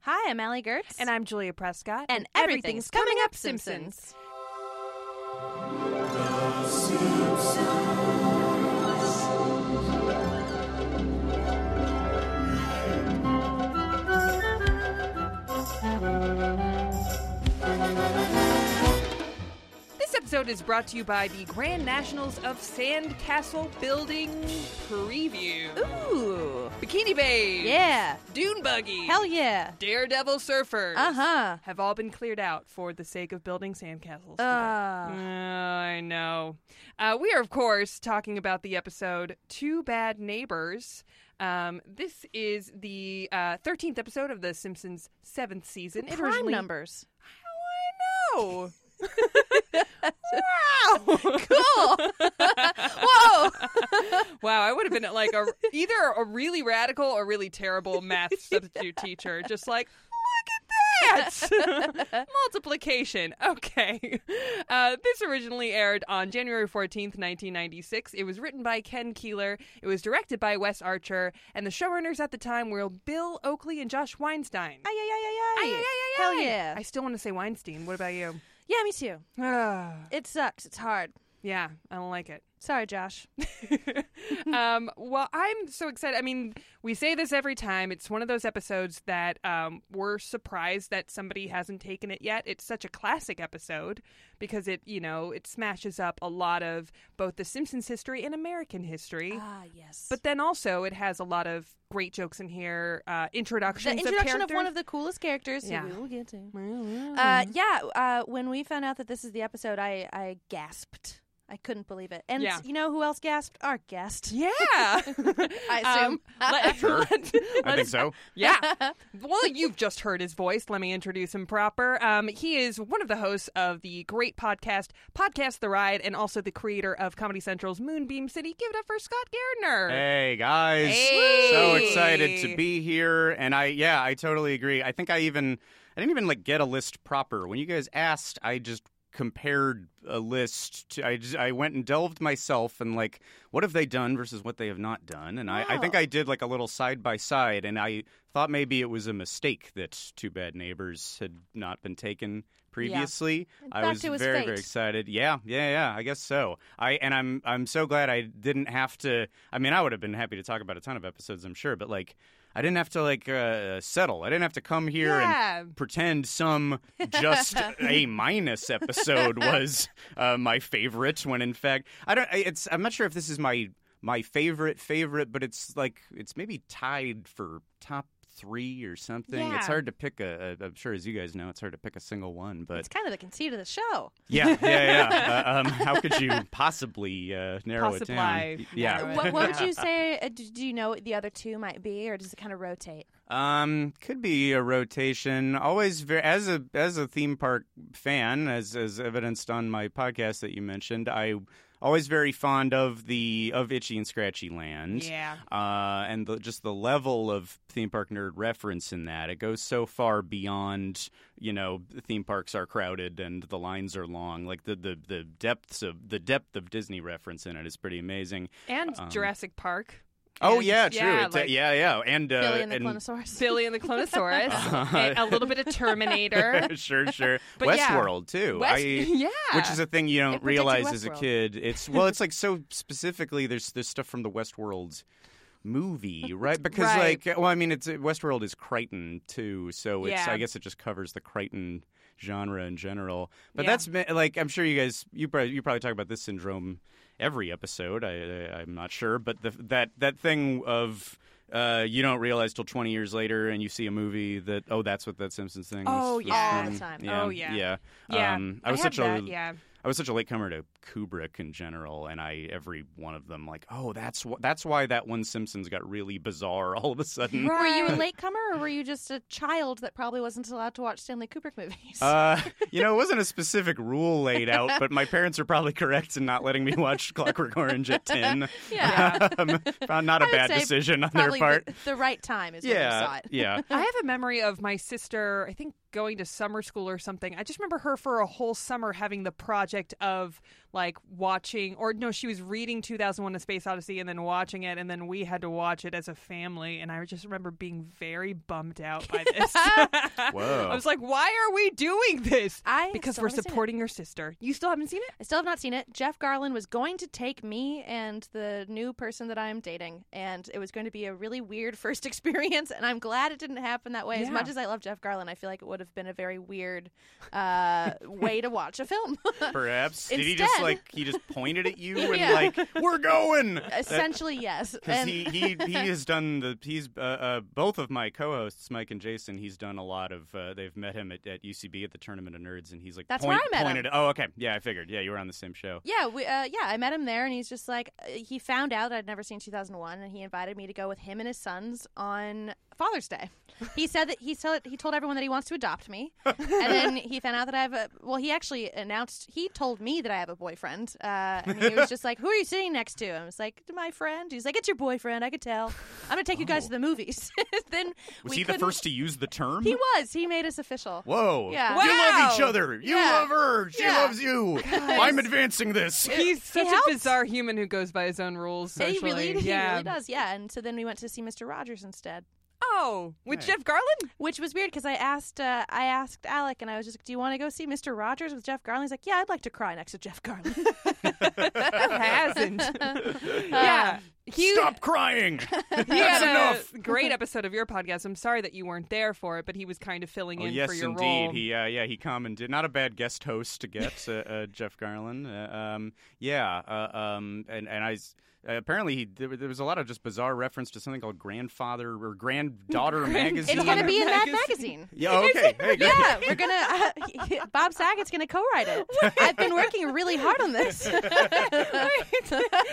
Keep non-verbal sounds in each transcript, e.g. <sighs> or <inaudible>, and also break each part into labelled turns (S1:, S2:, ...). S1: Hi, I'm Allie Gertz.
S2: And I'm Julia Prescott.
S1: And everything's coming up, Simpsons.
S2: This episode is brought to you by the Grand Nationals of Sandcastle Building Preview.
S1: Ooh.
S2: Bikini Babe.
S1: Yeah.
S2: Dune Buggy.
S1: Hell yeah.
S2: Daredevil Surfers.
S1: Uh huh.
S2: Have all been cleared out for the sake of building sandcastles. Uh,
S1: Uh,
S2: I know. Uh, we are, of course, talking about the episode Two Bad Neighbors. Um, this is the uh, 13th episode of The Simpsons' seventh season.
S1: prime
S2: originally-
S1: <laughs> numbers.
S2: How I know. wow.
S1: Cool. <laughs> Whoa.
S2: Wow, I would have been like a, either a really radical or really terrible <laughs> math substitute teacher. Just like, look at <laughs> that! Multiplication. Okay. Uh, this originally aired on January 14th, 1996. It was written by Ken Keeler, it was directed by Wes Archer, and the showrunners at the time were Bill Oakley and Josh Weinstein.
S1: Ay, ay, ay, ay,
S2: Aye,
S1: ay.
S2: aye, aye,
S1: Hell
S2: aye.
S1: yeah.
S2: I still want to say Weinstein. What about you? <sighs>
S1: yeah, me too.
S2: Ah,
S1: It sucks. It's hard.
S2: yeah, I don't like it.
S1: Sorry, Josh.
S2: <laughs> um, well, I'm so excited. I mean, we say this every time. It's one of those episodes that um, we're surprised that somebody hasn't taken it yet. It's such a classic episode because it, you know, it smashes up a lot of both the Simpsons history and American history.
S1: <laughs> Ah, yes.
S2: But then also, it has a lot of great jokes in here. Uh,
S1: the
S2: introductions
S1: introduction of,
S2: of,
S1: one of the coolest characters
S2: Yeah.
S1: who we will get to. <laughs>
S2: one
S1: Uh, yeah, uh, when we found out that this is the episode, I, I gasped. I couldn't believe it. And
S2: Yeah.
S1: you know who else gasped? Our guest.
S2: yeah,
S1: I assume.
S2: <laughs>
S1: <laughs>
S2: Um, let-
S3: Sure.
S2: let-
S3: I think so.
S2: <laughs> Yeah. Well, you've just heard his voice. Let me introduce him proper. Um, he is one of the hosts of the great podcast, Podcast The Ride, and also the creator of Comedy Central's Moonbeam City. Give it up for Scott Gardner.
S3: Hey guys,
S2: Hey.
S3: so excited to be here, and I yeah, I totally agree. I think I even I didn't even like get a list proper when you guys asked. I just compared a list. To, I just, I went and delved myself and like what have they done versus what they have not done, and I, I think
S1: Wow.
S3: I did like a little side by side, and I thought maybe it was a mistake that Two Bad Neighbors had not been taken previously. I
S1: fact,
S3: was
S1: it was
S3: very,
S1: fate.
S3: very excited. Yeah, yeah, yeah. I guess so. I and I'm I'm so glad I didn't have to. I mean, I would have been happy to talk about a ton of episodes, I'm sure, but like, I didn't have to like uh, settle. I didn't have to come here
S2: Yeah.
S3: and pretend some
S2: <laughs>
S3: just a minus episode was uh, my favorite. When in fact, I don't. I- It's I'm not sure if this is my my favorite favorite, but it's like it's maybe tied for top three or something.
S2: Yeah.
S3: It's hard to pick a. a- I'm sure, as you guys know, it's hard to pick a single one,
S2: <laughs>
S3: but.
S1: It's kind of the conceit of the show.
S3: Yeah, yeah, yeah. uh, um, how could you possibly uh, narrow it
S2: Possibly.
S3: down? Y- Yeah.
S2: Narrow it.
S1: what, what would
S3: <laughs>
S1: you say? Uh, do, do you know what the other two might be, or does it kind of rotate?
S3: Um, could be a rotation. Always ver as a as a theme park fan, as as evidenced on my podcast that you mentioned, I always very fond of the of Itchy and Scratchy Land.
S2: Yeah.
S3: uh, and the, just the level of theme park nerd reference in that it goes so far beyond you know theme parks are crowded and the lines are long like the the, the depths of the depth of disney reference in it is pretty amazing
S2: And
S3: Um,
S2: Jurassic Park.
S3: oh
S2: And-
S3: yeah true
S2: Yeah,
S3: It's a-
S2: like
S3: yeah, yeah and uh
S1: Billy and the
S3: and-
S1: Clonosaurus.
S2: Billy and the
S3: <laughs>
S2: Clonosaurus.
S3: Uh-huh.
S2: and a little bit of
S3: <laughs>
S2: Terminator. <laughs>
S3: sure sure
S2: But yeah.
S3: westworld too
S2: West-
S3: I-
S2: yeah.
S3: which is a thing you
S1: It
S3: don't
S1: predicted
S3: realize as a
S1: Westworld.
S3: kid. It's well, it's
S2: <laughs>
S3: like so specifically. There's there's stuff from the Westworld movie, right? Because
S2: Right.
S3: like, well, I mean, it's Westworld is Crichton too, so it's
S2: Yeah.
S3: I guess it just covers the Crichton genre in general. But
S2: Yeah.
S3: that's that's ma- like I'm sure you guys you probably you probably talk about this syndrome every episode. I, I I'm not sure, but the, that that thing of. Uh, you don't realize till 20 years later, and you see a movie that oh, that's what that Simpsons thing. was-
S2: Oh,
S3: was
S2: yeah. All
S1: the
S3: from.
S1: time.
S2: Oh, yeah.
S3: yeah.
S2: yeah.
S3: Um, I was
S2: have
S3: such a
S2: that, yeah.
S3: I was such a latecomer to Kubrick in general, and I every one of them like, oh, that's wh- that's why that one Simpsons got really bizarre all of a
S1: <laughs>
S3: sudden.
S1: Were you a
S2: Right.
S1: latecomer, or were you just a child that probably wasn't allowed to watch Stanley Kubrick movies?
S3: Uh, you know, it wasn't a specific rule laid
S1: <laughs>
S3: out, but my parents are probably correct in not letting me watch Clockwork Orange at ten.
S1: Yeah.
S3: <laughs> um, not a
S1: would
S3: bad
S1: say
S3: decision on
S1: <laughs>
S3: their
S1: probably
S3: part.
S1: The, the right time is when you saw
S3: yeah,
S1: it. <laughs>
S3: yeah.
S2: I have a memory of my sister, I think going to summer school or something. I just remember her for a whole summer having the project of like watching or no she was reading 2001 a space odyssey and then watching it and then we had to watch it as a family and i just remember being very bummed out
S1: <laughs>
S2: by this <laughs>
S3: Whoa.
S2: i was like why are we doing this
S1: Oh. I
S2: because
S1: still
S2: we're
S1: haven't seen it.
S2: supporting your sister you still haven't seen it
S1: I still have not seen it. Jeff Garland was going to take me and the new person that I'm dating, and it was going to be a really weird <laughs> first experience. And I'm glad it didn't happen that way. As
S2: Yeah.
S1: much as I love Jeff Garland, I feel like it would have been a very weird uh, <laughs> way to watch a film.
S3: Perhaps did he just
S1: Instead-
S3: like he just pointed
S1: <laughs>
S3: at you and
S1: Yeah.
S3: like we're going?
S1: Essentially, yes.
S3: Because
S1: And
S3: he, he he has done the he's uh, uh, both of my co-hosts Mike and Jason. He's done a lot of uh, they've met him at, at UCB at the Tournament of Nerds, and he's like
S1: That's
S3: point,
S1: where I met
S3: pointed. Oh, okay, yeah, I figured. Yeah, you were on the same show.
S1: yeah, we, uh, yeah, I met him there, and he's just like uh, he found out I'd never seen 2001, and he invited me to go with him and his sons on Father's Day. He said that he said he told everyone that he wants to adopt me, and
S3: <laughs>
S1: then he found out that I have a well. He actually announced he told me that I have a boyfriend, uh, and he was just like, "Who are you sitting next to?" And I was like, "My friend." He's like, "It's your boyfriend. I could tell. I'm gonna take you guys to the movies." <laughs> then
S3: Oh. Was
S1: we
S3: he the
S1: couldn't-
S3: first to use the term?
S1: He was. He made us official.
S3: Whoa!
S1: Yeah.
S3: You love
S2: Wow.
S3: each other. You
S1: Yeah.
S3: love her. She
S1: Yeah.
S3: loves you. I'm advancing
S2: <laughs>
S3: this.
S2: he's such a
S1: helps.
S2: bizarre human who goes by his own rules
S1: Yeah,
S2: socially
S1: He really,
S2: yeah
S1: he really does. Yeah. And so then we went to see Mr. Rogers instead,
S2: oh with
S3: Hey.
S2: jeff garland
S1: which was weird because I asked, uh, I asked Alec, and I was just, like, "Do you want to go see Mr. Rogers with Jeff Garland?" He's like, "Yeah, I'd like to cry next to Jeff
S3: <laughs>
S1: Garland."
S2: who hasn't
S3: Uh,
S1: Uh,
S2: yeah he,
S1: <laughs>
S3: Stop crying.
S2: he
S3: That's
S2: had a
S3: enough. <laughs>
S2: great episode of your podcast. I'm sorry that you weren't there for it, but he was kind of filling
S3: Oh,
S2: in
S3: yes,
S2: for your
S3: indeed.
S2: role.
S3: He, uh, yeah, he commented. Not a bad guest host to get, uh, uh, Jeff Garland. Uh, um, yeah, uh, um, and and I. s- Uh, apparently, he, there, there was a lot of just bizarre reference to something called grandfather or
S2: <laughs>
S3: granddaughter magazine.
S1: it's gonna be in Mad
S2: Magazine.
S1: Magazine.
S3: yeah, oh, okay.
S2: <laughs>
S3: Hey, good.
S1: Yeah, we're gonna. Uh, <laughs> he- he- Bob Saget's gonna co-write it. I've been working really hard on
S3: <laughs>
S1: this.
S2: <laughs>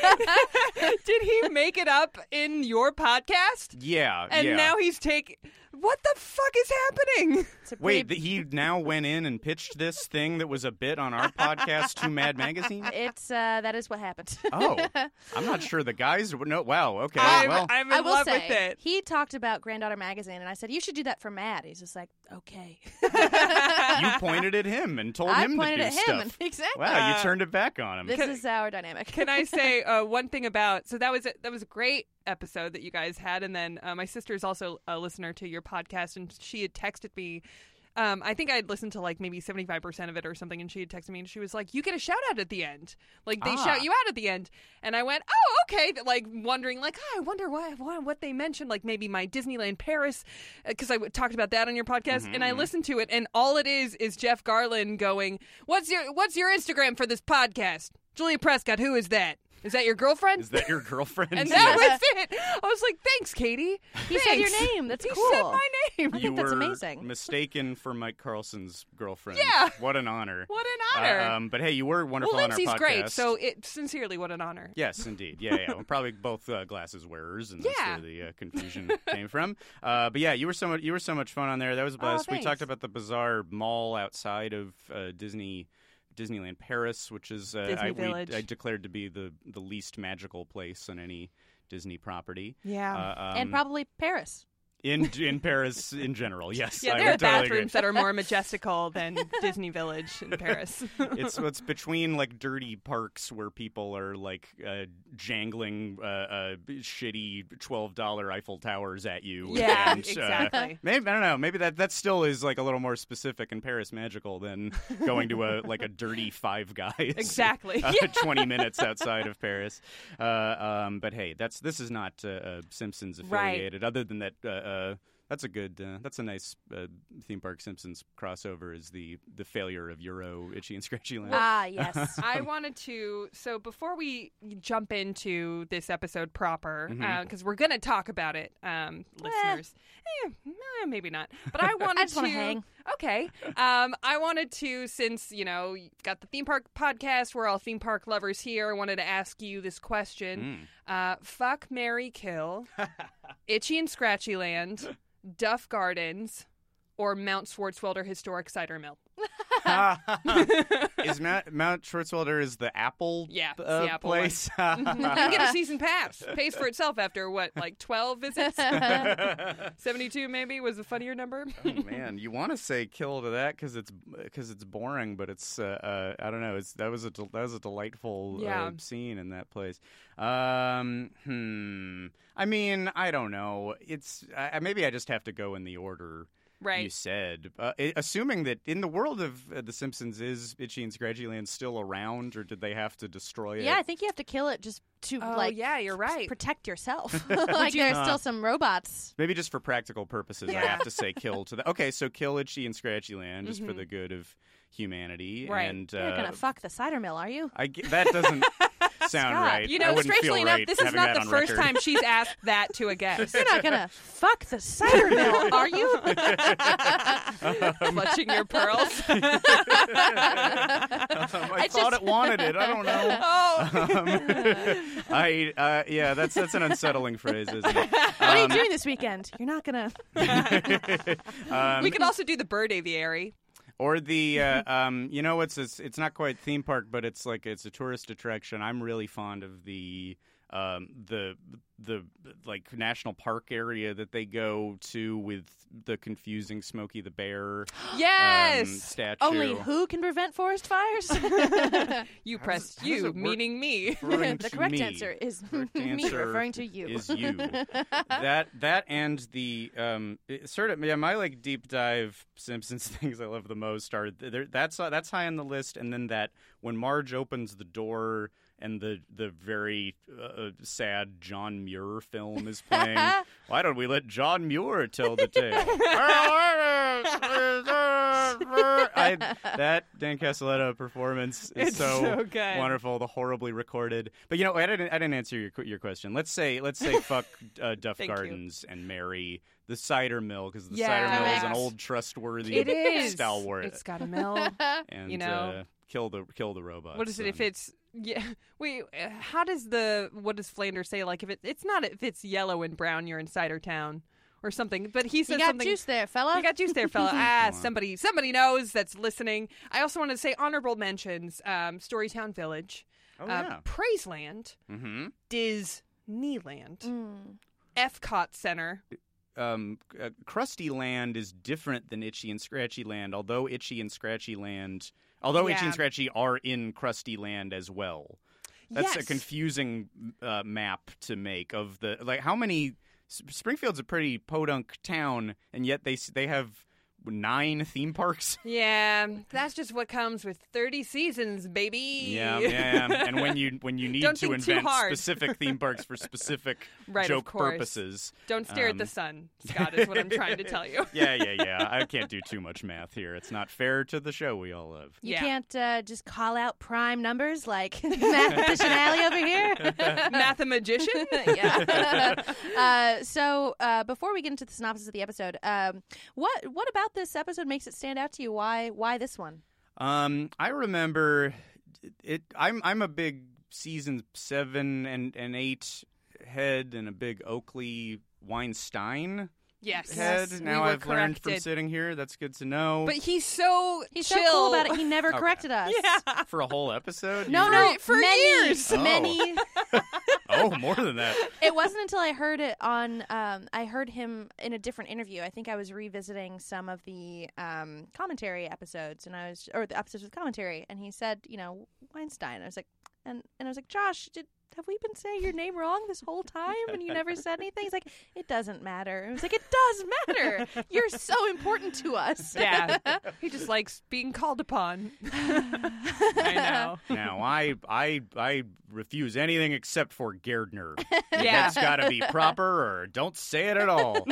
S2: Did he make it up in your podcast?
S3: yeah,
S2: And
S3: yeah.
S2: now he's taking. What the fuck is
S3: <laughs>
S2: happening?
S1: It's a pretty-
S3: Wait, th- he now went in and pitched this thing that was a bit on our podcast to Mad Magazine.
S1: it's uh, that is what happened.
S3: Oh, I'm not sure the guys. would- No, wow. Okay,
S2: I'm,
S3: well,
S2: I'm in
S1: I will
S2: love
S1: say,
S2: with it.
S1: he talked about Granddaughter Magazine, and I said, "You should do that for Mad." He's just like, "Okay."
S3: you pointed at him and told
S1: I
S3: him
S1: pointed
S3: to do
S1: at him.
S3: stuff.
S1: and- <laughs>
S2: <laughs>
S1: exactly.
S3: Wow, you
S2: Uh,
S3: turned it back on him.
S1: This is our dynamic.
S2: Can
S1: <laughs>
S2: I say uh, one thing about? So that was a, that was a great episode that you guys had, and then uh, my sister is also a listener to your podcast, and she had texted me. Um, I think I had listened to like maybe seventy five percent of it or something, and she had texted me, and she was like, "You get a shout out at the end, like they
S3: Ah.
S2: shout you out at the end." And I went, "Oh, okay." th- Like wondering, like oh, I wonder why, why what they mentioned, like maybe my Disneyland Paris, because I w- talked about that on your podcast, and
S3: Mm-hmm.
S2: I listened to it, and all it is is Jeff Garland going, "What's your What's your Instagram for this podcast?" Julia Prescott, who is that? Is that your girlfriend?
S3: Is that your girlfriend? <laughs>
S2: and that was it. I was like, "Thanks, Katie."
S1: He said your
S2: Thanks."
S1: name. That's
S2: He
S1: cool.
S2: said my name.
S1: I
S3: you
S1: think that's
S3: were
S1: amazing.
S3: mistaken for Mike Carlson's girlfriend.
S2: Yeah.
S3: What an honor.
S2: What an honor.
S3: Uh, um, but hey, you were wonderful
S2: well,
S3: on our
S2: Lindsay's
S3: podcast.
S2: great. So, it sincerely, what an honor.
S3: Yes, indeed. Yeah, yeah. We're probably both uh, glasses wearers, and
S2: Yeah.
S3: that's where the uh, confusion came from. Uh, but yeah, you were so much you were so much fun on there. That was a blast. we
S2: Oh, thanks.
S3: talked about the bizarre mall outside of uh, Disney. Disneyland Paris, which is uh,
S2: Disney
S3: I,
S2: Village.
S3: we, I declared to be the, the least magical place on any Disney property,
S2: Yeah.
S3: uh,
S1: and
S3: um,
S1: probably Paris.
S3: in in Paris in general. Yes,
S2: yeah,
S3: I
S2: there are
S3: would totally agree.
S2: bathrooms <laughs> that are more majestical than Disney Village in Paris.
S3: it's it's between like dirty parks where people are like uh, jangling uh, uh, shitty twelve dollar Eiffel towers at you.
S2: yeah,
S3: and, uh, <laughs>
S2: exactly.
S3: Maybe I don't know. Maybe that, that still is like a little more specific and Paris magical than going to a like a dirty Five Guys.
S2: <laughs>
S3: <laughs>
S2: Exactly.
S3: uh, Twenty minutes outside of Paris. Uh, um, but hey, that's this is not uh, uh, Simpsons
S2: Right.
S3: affiliated. Other than that, uh, uh, that's a good. Uh, that's a nice uh, theme park Simpsons crossover. Is the the failure of Euro Itchy and Scratchy
S1: <laughs>
S3: Land?
S1: Ah,
S3: <laughs>
S1: yes.
S2: I wanted to. So before we jump into this episode proper, because we're going to talk about it, um, listeners. Eh, eh, maybe not. But <laughs> I wanted
S1: I just
S2: to
S1: wanna hang.
S2: Okay. Um, I wanted to, since you know, you've got the theme park podcast. We're all theme park lovers here. I wanted to ask you this
S3: Mm.
S2: <laughs>
S3: Hmm.
S2: question: uh, Fuck Mary Kill, Itchy and Scratchy
S3: <laughs>
S2: Land, Duff Gardens, or Mount Swartzwelder Historic Cider Mill?
S3: <laughs> is Mount, Mount Schwarzwalder is the Apple
S2: Yeah, it's
S3: uh,
S2: the Apple one.
S3: place?
S2: you get a season pass. Pays for itself after what, like twelve
S1: <laughs>
S2: visits? <laughs>
S3: <laughs>
S2: Seventy-two maybe was a funnier number. <laughs>
S3: Oh, man, you want to say kill to that because it's because it's boring, but it's uh, uh, I don't know. It's that was a del- that was a delightful
S2: Yeah.
S3: uh, scene in that place. Um, hmm. I mean, I don't know. It's I, I- maybe I just have to go in the order you
S2: Right.
S3: said. Uh, i- assuming that in the world of uh, The Simpsons, is Itchy and Scratchy Land still around, or did they have to destroy it?
S1: Yeah, I think you have to kill it just to
S2: Oh
S1: like
S2: yeah, you're right. <laughs>
S1: protect yourself. <laughs> like there's still some robots.
S3: Maybe just for practical purposes, I
S2: Yeah.
S3: have to say kill to the. Okay, so kill Itchy and Scratchy Land just for the good of humanity.
S2: Mm-hmm. Right.
S3: And,
S1: You're
S3: uh,
S1: gonna fuck the cider mill, are
S3: <laughs>
S1: you?
S3: I ge- that
S2: <laughs>
S3: doesn't sound right.
S2: You
S3: I
S2: know,
S3: wouldn't feel
S2: strangely enough,
S3: right
S2: this is
S3: having
S2: not
S3: that
S2: the
S3: on
S2: first
S3: record.
S2: time she's asked that to a guest.
S1: You're not gonna fuck the cider mill,
S3: <laughs>
S1: are you?
S2: <laughs> clutching your
S3: <laughs>
S2: pearls.
S3: <laughs>
S2: <laughs>
S3: Um, I, thought it wanted it. I don't know.
S2: oh,
S3: <laughs> Um, I uh, yeah, that's that's an unsettling phrase, isn't
S2: <laughs>
S3: it?
S1: what are you doing this weekend? You're not gonna.
S3: Um,
S2: we could also do the bird aviary. <laughs>
S3: or the uh, um, you know what's this? It's not quite theme park, but it's like it's a tourist attraction. I'm really fond of the. Um, the the like national park area that they go to with the confusing Smokey the Bear um,
S2: Yes,
S3: statue.
S2: <laughs>
S1: Only who can prevent forest fires? the
S2: you
S3: How
S2: pressed
S3: does- how does
S2: you,
S3: it work?
S2: meaning me. <laughs>
S3: Referring to
S1: correct
S3: me.
S1: answer is
S3: Correct
S1: <laughs> me
S3: answer
S1: referring to you. <laughs>
S3: is you. that that and the um it- sort of yeah my like deep dive Simpsons <laughs> things I love the most are th- there- that's uh, that's high on the list and then that when Marge opens the door and the the very uh, sad John Muir film is
S1: <laughs>
S3: playing. Why don't we let John Muir tell the tale? <laughs> I, that Dan Castellaneta performance is
S2: It's so good.
S3: wonderful. The horribly recorded, but you know, I didn't, I didn't answer your your question. Let's say,
S2: <laughs>
S3: let's say, fuck uh, Duff
S2: Thank you.
S3: Gardens and marry the cider mill because the
S2: Yeah.
S3: cider mill is an
S1: Correct.
S3: old trustworthy
S2: It is
S3: stalwart,
S2: It's got a mill.
S3: <laughs> and
S2: you
S3: uh,
S2: know.
S3: kill the kill the robot.
S2: what is it if
S3: it's
S2: it's yeah? <laughs> Wait, uh, how does the what does Flanders say? Like if it, it's not if it's yellow and brown, you're in Cider Town or something. But he says
S1: You got
S2: something.
S1: juice there, fella.
S2: You got juice there,
S1: <laughs>
S2: fella. ah,
S3: Come on.
S2: somebody, somebody knows that's listening. I also want to say honorable mentions: um, Storytown Village,
S3: oh
S2: uh, Praiseland,
S3: yeah. hmm
S2: Disneyland,
S1: Mm.
S2: Epcot Center.
S3: um, uh, Krusty Land is different than Itchy and Scratchy Land, although Itchy and Scratchy Land, although Itchy
S2: Yeah.
S3: and Scratchy are in Krusty Land as well. That's a
S2: Yes.
S3: confusing uh, map to make of the like how many S- Springfield's a pretty podunk town, and yet they s- they have nine
S2: <laughs>
S3: theme parks.
S2: Yeah, that's just what comes with thirty seasons, baby. <laughs>
S3: Yeah, yeah, yeah. and when you when you need
S2: E Don't
S3: to
S2: think too
S3: invent
S2: hard.
S3: specific theme parks
S2: <laughs>
S3: for specific
S2: Right, of
S3: joke
S2: course.
S3: purposes,
S2: Don't stare at the
S3: Um,
S2: sun, Scott. Is what I'm trying to tell you.
S3: yeah, yeah, yeah. I can't do too much math here. It's not fair to the show we all love.
S1: You
S2: Yeah.
S1: can't uh, just call out prime numbers
S2: <laughs>
S1: like mathematician Alley over here.
S2: Mathemagician.
S1: yeah. <laughs> uh, so uh, before we get into the synopsis of the episode, um, what what about this episode makes it stand out to you? Why why this one?
S3: Um, I remember it. I'm I'm a big season seven and and eight head and a big Oakley Weinstein
S2: Yes.
S3: head.
S2: We
S3: now
S2: were
S3: I've learned from
S2: corrected.
S3: sitting here. That's good to know.
S2: But he's so
S1: He's
S2: chill
S1: so cool
S2: <laughs>
S1: about it. He never corrected us.
S2: Yeah.
S3: for a whole episode.
S1: No,
S3: You-
S1: no,
S2: for
S1: many,
S2: years.
S3: Oh.
S1: many.
S3: <laughs> Oh, more than that.
S1: it wasn't until I heard it on. Um, I heard him in a different interview. I think I was revisiting some of the um, commentary episodes, and I was, or the episodes with commentary, and he said, you know, Weinstein. I was like, and and I was like, Josh, did. Have we been saying your name wrong this whole time and you never said anything? He's like, it doesn't matter. I was like, it does matter. You're so important to us.
S2: <laughs> Yeah. He just likes being called upon. I know.
S3: Now I I I refuse anything except for
S2: <laughs>
S3: Gardner.
S2: Yeah.
S3: That's got to be proper, or don't say it
S2: <laughs>
S3: at all. Um,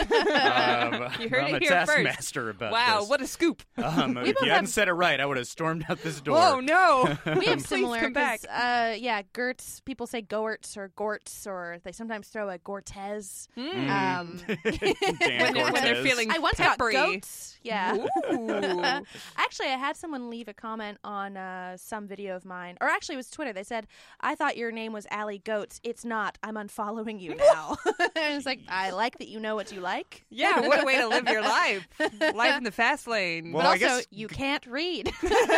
S2: You heard
S3: I'm
S2: it
S3: a
S2: here first.
S3: taskmaster
S2: <laughs>
S3: about
S2: Wow,
S3: this.
S2: what a scoop.
S3: Um, if
S1: both
S3: you
S1: have-
S3: hadn't said it right, I would have stormed out this door.
S2: Oh no.
S1: <laughs>
S2: <laughs>
S1: We have
S2: Please
S1: similar.
S2: come back.
S1: 'cause, Uh, yeah, Gertz. People say Goertz or Gortz, or they sometimes throw a Gortez.
S2: Mm.
S1: Um,
S3: Dan
S2: When they're- when they're
S3: Cortez.
S2: feeling-
S1: <laughs> I once
S2: Peppery.
S1: got goats. Yeah.
S2: Ooh.
S1: <laughs> actually, I had someone leave a comment on uh, some video of mine, or actually, it was Twitter. They said, "I thought your name was Allie Goats. It's not. I'm
S2: <laughs>
S1: unfollowing you now." <laughs> I was like, "I like that you know what you like,
S2: yeah, what a way to live your life. Life in the fast lane.
S1: but
S3: Well, I
S1: also
S3: guess-
S1: you can't
S3: <laughs>
S1: read." <laughs>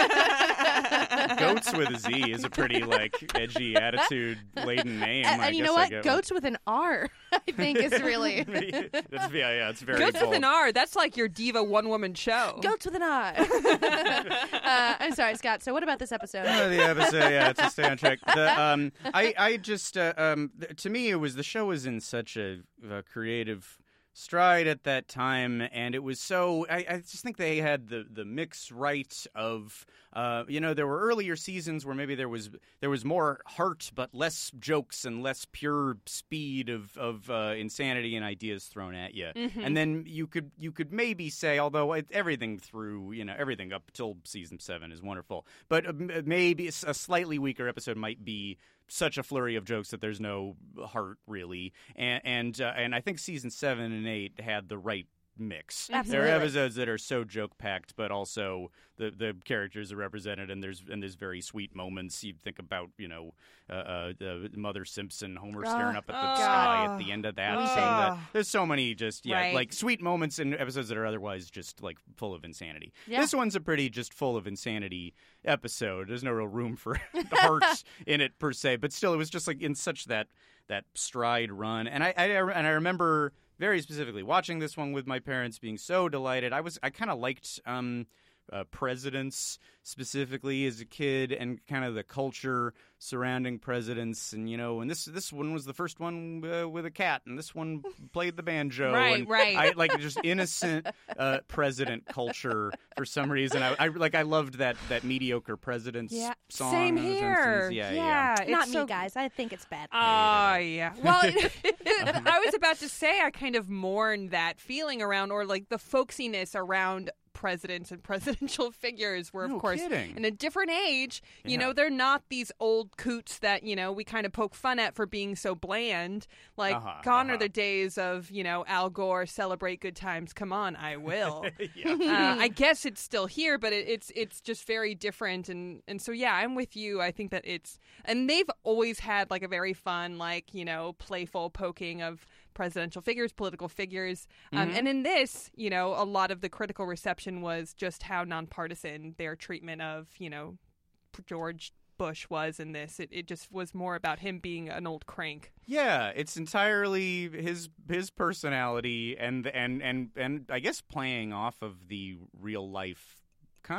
S3: Goats with a Z is a pretty like edgy attitude laden name.
S1: and
S3: I
S1: and you
S3: guess
S1: know
S3: I
S1: what?
S3: get
S1: Goats with an R, <laughs> I think, is
S3: <laughs>
S1: really
S3: one. That's- yeah, yeah, it's very
S2: Goats with
S3: bold. <laughs>
S2: an R. That's like your diva one woman show.
S1: goats with an R. <laughs> uh, I'm sorry, Scott. So, what about this
S3: <laughs>
S1: episode?
S3: Uh, the episode, yeah, to stay on track.
S1: <laughs>
S3: The, um, I, I just, uh, um, th- to me, it was the show was in such a, a creative stride at that time, and it was so. I, I just think they had the the mix right of, uh, you know, there were earlier seasons where maybe there was there was more heart, but less jokes and less pure speed of of uh, insanity and ideas thrown at you. And then you could you could maybe say, although it, everything through you know everything up till season seven is wonderful, but uh, m- maybe s- a slightly weaker episode might be such a flurry of jokes that there's no heart really. And and uh, and I think season seven and eight had the right mix. There are
S1: Absolutely.
S3: episodes that are so joke packed, but also the the characters are represented, and there's and there's very sweet moments. You think about you know uh, uh, the Mother Simpson, Homer staring
S1: Ah.
S3: up at the
S2: Ah.
S3: sky at the end of that.
S2: We
S3: saying
S2: think-
S3: that- there's so many just yeah
S2: Right.
S3: like sweet moments in episodes that are otherwise just like full of insanity.
S1: Yeah.
S3: This one's a pretty just full of insanity episode. There's no real
S2: <laughs>
S3: room for <laughs> hearts in it per se, but still, it was just like in such that that stride run. And I, I and I remember very specifically watching this one with my parents, being so delighted. I was I kind of liked. Um, uh, presidents specifically as a kid and kind of the culture surrounding presidents and you know and this this one was the first one uh, with a cat and this one played the banjo
S2: Right,
S3: and
S2: right.
S3: I like just innocent uh, president culture for some reason I, I like I loved that that mediocre presidents
S2: Yeah.
S3: song
S2: Same
S3: on The
S2: here.
S3: Simpsons. yeah
S2: it's
S1: Not me,
S2: so-
S1: guys. I think it's bad.
S2: Oh, yeah. <laughs> Well,
S3: Uh-huh.
S2: I was about to say I kind of mourn that feeling around, or like the folksiness around presidents and <laughs> presidential figures were, of
S3: No
S2: course,
S3: kidding.
S2: in a different age. You
S3: Yeah.
S2: know, they're not these old coots that, you know, we kind of poke fun at for being so bland. Like,
S3: Uh-huh,
S2: gone are
S3: uh-huh.
S2: the days of, you know, Al Gore, celebrate good times. Come on, I will.
S3: <laughs> yeah. yeah.
S2: uh, I guess it's still here, but it, it's it's just very different, and and so yeah, I'm with you. I think that it's and they've always had like a very fun, like you know, playful poking of presidential figures, political figures, um,
S3: Mm-hmm.
S2: and in this, you know, a lot of the critical reception was just how nonpartisan their treatment of you know George Bush was in this. It it just was more about him being an old crank.
S3: Yeah, it's entirely his his personality and and and and I guess playing off of the real life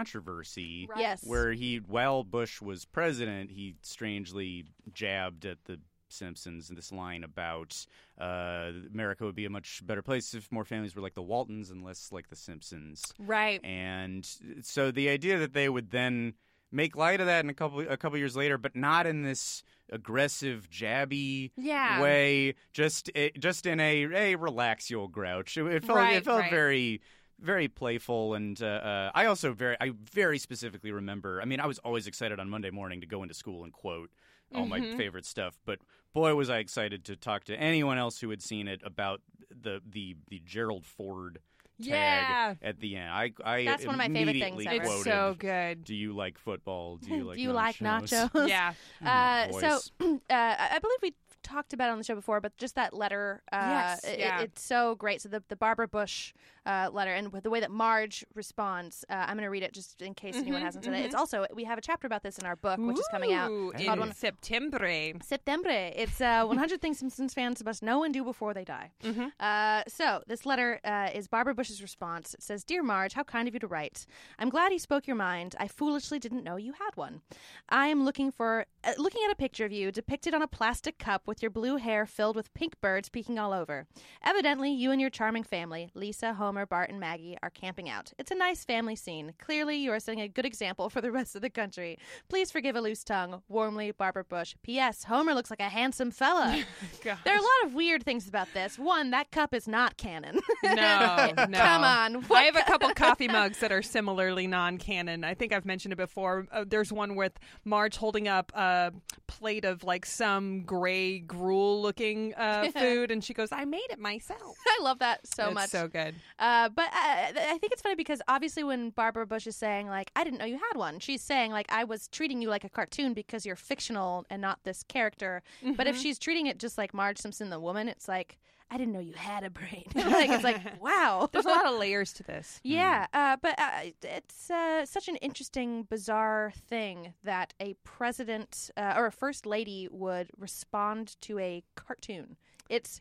S3: controversy
S2: Right.
S1: Yes.
S3: where he while Bush was president, he strangely jabbed at the Simpsons in this line about uh, America would be a much better place if more families were like the Waltons and less like the Simpsons.
S2: Right.
S3: And so the idea that they would then make light of that in a couple a couple years later, but not in this aggressive, jabby
S2: Yeah.
S3: way, just it, just in a hey, relax, you old grouch. It, it felt
S2: Right,
S3: it felt
S2: right.
S3: very very playful and uh, uh, i also very i very specifically remember i mean i was always excited on monday morning to go into school and quote all
S1: Mm-hmm.
S3: my favorite stuff but boy was i excited to talk to anyone else who had seen it about the the the gerald ford tag
S2: Yeah.
S3: at the end. I, I
S1: That's one of my favorite things
S3: immediately
S2: It's
S1: ever.
S3: quoted,
S2: so good.
S3: Do you like football?
S1: <laughs>
S3: Do you like
S1: Do you like
S3: <laughs> nachos?"
S2: <laughs>
S1: nachos?
S2: Yeah.
S1: Uh, so
S3: Mm,
S1: <clears throat>
S3: voice.
S1: uh, I I believe we talked about it on the show before, but just that letter. Uh,
S2: Yes,
S1: it-
S2: yeah.
S1: it's so great. So the, the Barbara Bush uh, letter and with the way that Marge responds, uh, I'm going to read it just in case anyone hasn't said it. It's also, we have a chapter about this in our book, which is coming out.
S2: Ooh,
S3: Hey.
S2: in
S1: <laughs>
S2: September.
S1: September. It's uh, 100 Things Simpsons fans must know and do before they die. Uh, so, this letter uh, is Barbara Bush's response. It says Dear Marge, how kind of you to write. I'm glad you spoke your mind. I foolishly didn't know you had one. I am looking for, uh, looking at a picture of you depicted on a plastic cup with your blue hair filled with pink birds peeking all over. Evidently, you and your charming family, Lisa, Homer, Bart, and Maggie, are camping out. It's a nice family scene. Clearly, you are setting a good example for the rest of the country. Please forgive a loose tongue. Warmly, Barbara Bush. P.S. Homer looks like a handsome fella.
S2: God.
S1: there are a lot of weird things about this. One, that cup is not canon. <laughs>
S2: No, no.
S1: Come on.
S2: I have a
S1: <laughs>
S2: couple coffee mugs that are similarly non-canon. I think I've mentioned it before. Uh, there's one with Marge holding up a plate of like some gray
S1: <laughs>
S2: gruel-looking uh, food, and she goes, "I made it myself."
S1: I love that so
S2: It's
S1: much. <laughs>
S2: so good.
S1: Uh, but I, I think it's funny because obviously when Barbara Bush is saying like I didn't know you had one, she's saying like I was treating you like a cartoon because you're fictional and not this character. But
S2: Mm-hmm.
S1: if she's treating it just like Marge Simpson the woman, it's like I didn't know you had a brain. <laughs> like it's like
S2: <laughs>
S1: wow.
S2: There's a lot of layers to this.
S1: <laughs> Yeah, uh, but uh, it's uh, such an interesting, bizarre thing that a president uh, or a first lady would respond to a cartoon. It's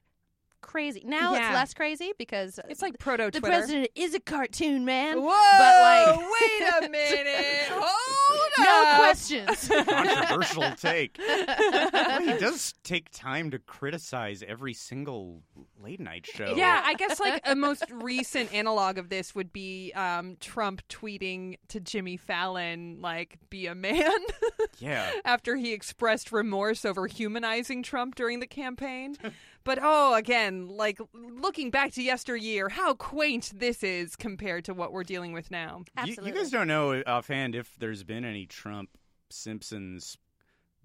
S1: crazy. Now
S2: Yeah.
S1: it's less crazy because
S2: It's like proto
S1: the
S2: Twitter.
S1: president is a cartoon man.
S2: Whoa!
S1: like-
S2: wait a
S1: <laughs>
S2: minute. Hold
S1: No
S2: up. <laughs>
S1: questions. <laughs>
S3: Controversial take. Well, he does take time to criticize every single late night show.
S2: Yeah, I guess like a most recent analog of this would be um, Trump tweeting to Jimmy Fallon, like, be a man, <laughs>
S3: Yeah.
S2: after he expressed remorse over humanizing Trump during the campaign. But oh, again, like looking back to yesteryear, how quaint this is compared to what we're dealing with now.
S3: You,
S1: Absolutely.
S3: you guys don't know offhand if there's been any Trump Simpsons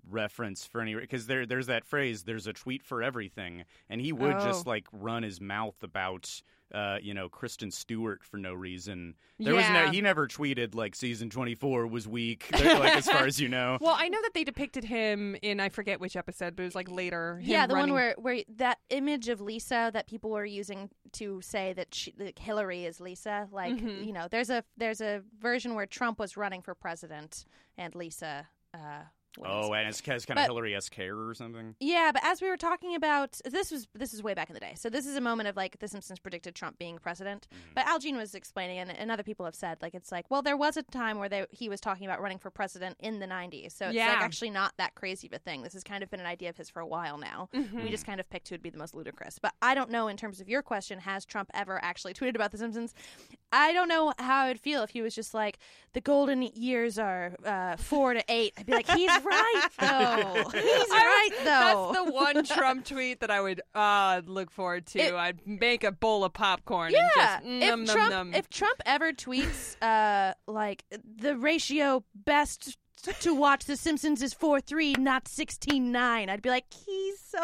S3: reference for any because there there's that phrase there's a tweet for everything and he would just
S2: Oh.
S3: like run his mouth about uh you know Kristen Stewart for no reason there was
S2: Yeah.
S3: no he never tweeted like season 24 was weak <laughs> there- like as far as
S2: <laughs>
S3: you know
S2: Well, I know that they depicted him in I forget which episode, but it was like later. him
S1: yeah, the
S2: running-
S1: one where where that image of Lisa that people were using to say that she, that Hillary is Lisa, like you know, there's a there's a version where Trump was running for president and Lisa. Uh, was-
S3: oh and it's, it's kind
S1: But-
S3: of Hillary S care or something
S1: Yeah, but as we were talking about this was this is way back in the day. So this is a moment of like The Simpsons predicted Trump being president. But Al Jean was explaining and, and other people have said like it's like, well, there was a time where they, he was talking about running for president in the 90s. So it's
S2: Yeah.
S1: like actually not that crazy of a thing. This has kind of been an idea of his for a while now. We
S2: Hmm.
S1: just kind of picked who would be the most ludicrous. But I don't know in terms of your question, has Trump ever actually tweeted about The Simpsons? I don't know how I would feel if he was just like the golden years are uh, four to eight. I'd be like,
S2: <laughs>
S1: he's right though. He's
S2: I
S1: right
S2: would-
S1: though.
S2: That's the one Trump
S1: <laughs>
S2: tweet that I would uh, look forward to.
S1: It-
S2: I'd make a bowl of popcorn.
S1: Yeah.
S2: And just, mm, nom,
S1: if
S2: nom,
S1: Trump
S2: nom.
S1: if Trump ever tweets uh like the ratio best to watch The Simpsons is four three, not sixteen nine, I'd be like, he's
S2: <laughs>
S1: so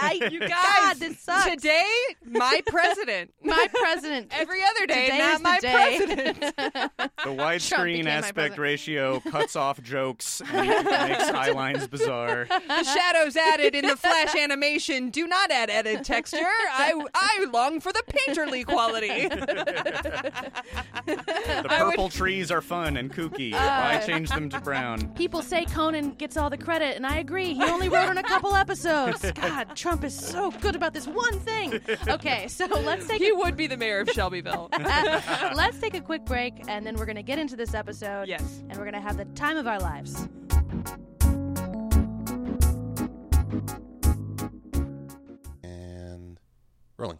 S1: I
S2: you guys,
S1: God, this sucks.
S2: today my president.
S1: <laughs> my president.
S2: <laughs> Every other day,
S1: Today
S2: not
S1: is the
S2: my
S1: day. <laughs>
S2: president.
S3: the widescreen
S1: became my
S3: aspect
S1: president.
S3: ratio cuts off jokes and
S2: <laughs>
S3: makes eye lines bizarre
S2: The shadows added in the flash animation do not add added texture. I, I long for the painterly
S1: <laughs>
S2: quality.
S3: The
S2: I would- Uh,
S3: purple trees are fun and kooky. Why change them to brown?
S1: People say Conan gets all the credit, and I agree. He only wrote on a couple episodes.
S2: <laughs>
S1: God, Trump is so good about this one thing. Okay, so let's take
S2: he would be the mayor of
S1: <laughs>
S2: Shelbyville.
S1: a, <laughs> let's take a quick break, and then we're gonna get into this episode.
S2: Yes.
S1: and we're gonna have the time of our lives.
S4: And rolling.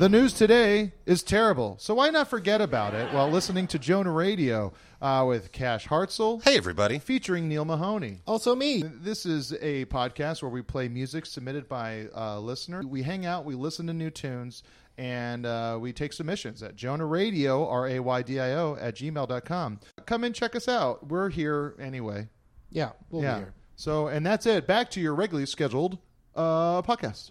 S5: The news today is terrible, so why not forget about it while listening to Jonah Radio uh, with Cash Hartzell,
S4: Hey, everybody.
S5: featuring Neil Mahoney.
S4: Also me.
S5: This is a podcast where we play music submitted by uh, listener. We hang out, we listen to new tunes, and uh, we take submissions at Jonah Radio, R A Y D I O, at gmail.com. Come and check us out. We're here anyway.
S6: Yeah, we'll
S5: yeah.
S6: be here.
S5: So, and that's it. Back to your regularly scheduled uh, podcast.